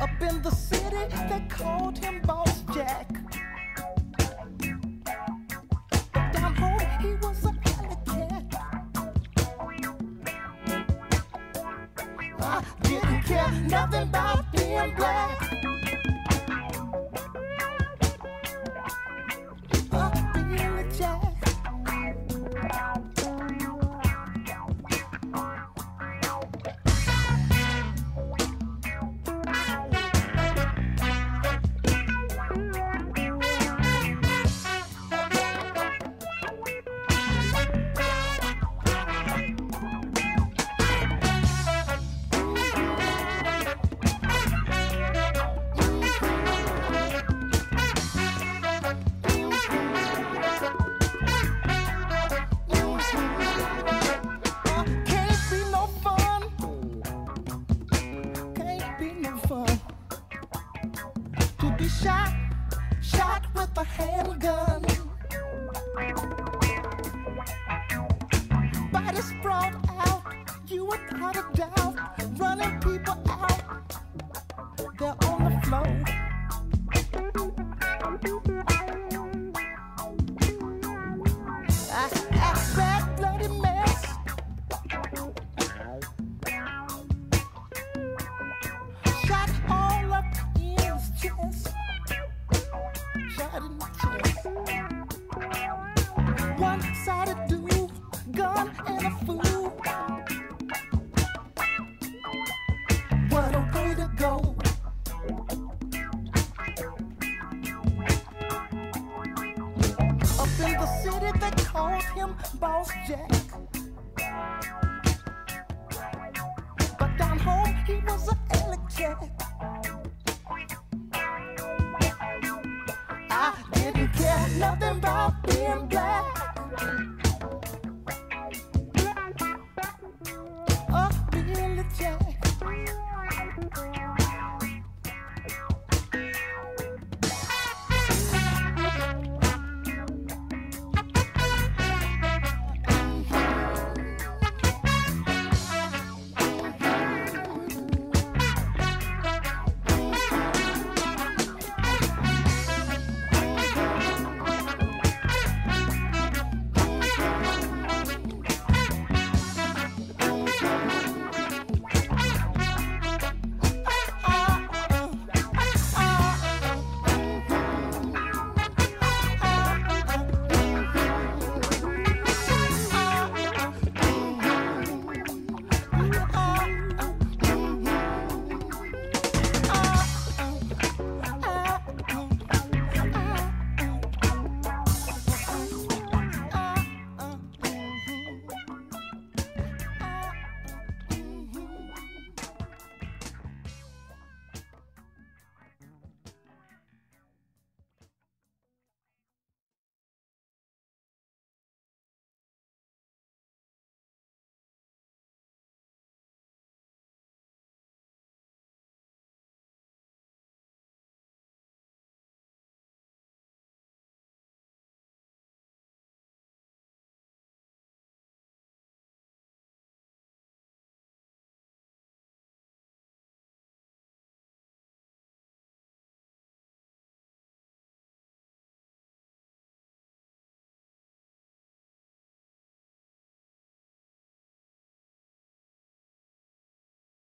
S5: Up in the city, they called him Boss Jack. But down home, he was a alley cat. I didn't care nothing about being black. I being a jack. Can't be no fun. Can't be no fun. To be shot, shot with a handgun. Body sprawled out, you without a doubt. Running people out, they're on the floor. I, I, bad bloody mess. Shot all up in his chest. Shot in the chest. One sided dude, gun and a fool. What a way to go. Up in the city, they called him Boss Jack. But down home, he was an alley cat. I didn't care nothing about being black. Mm-hmm.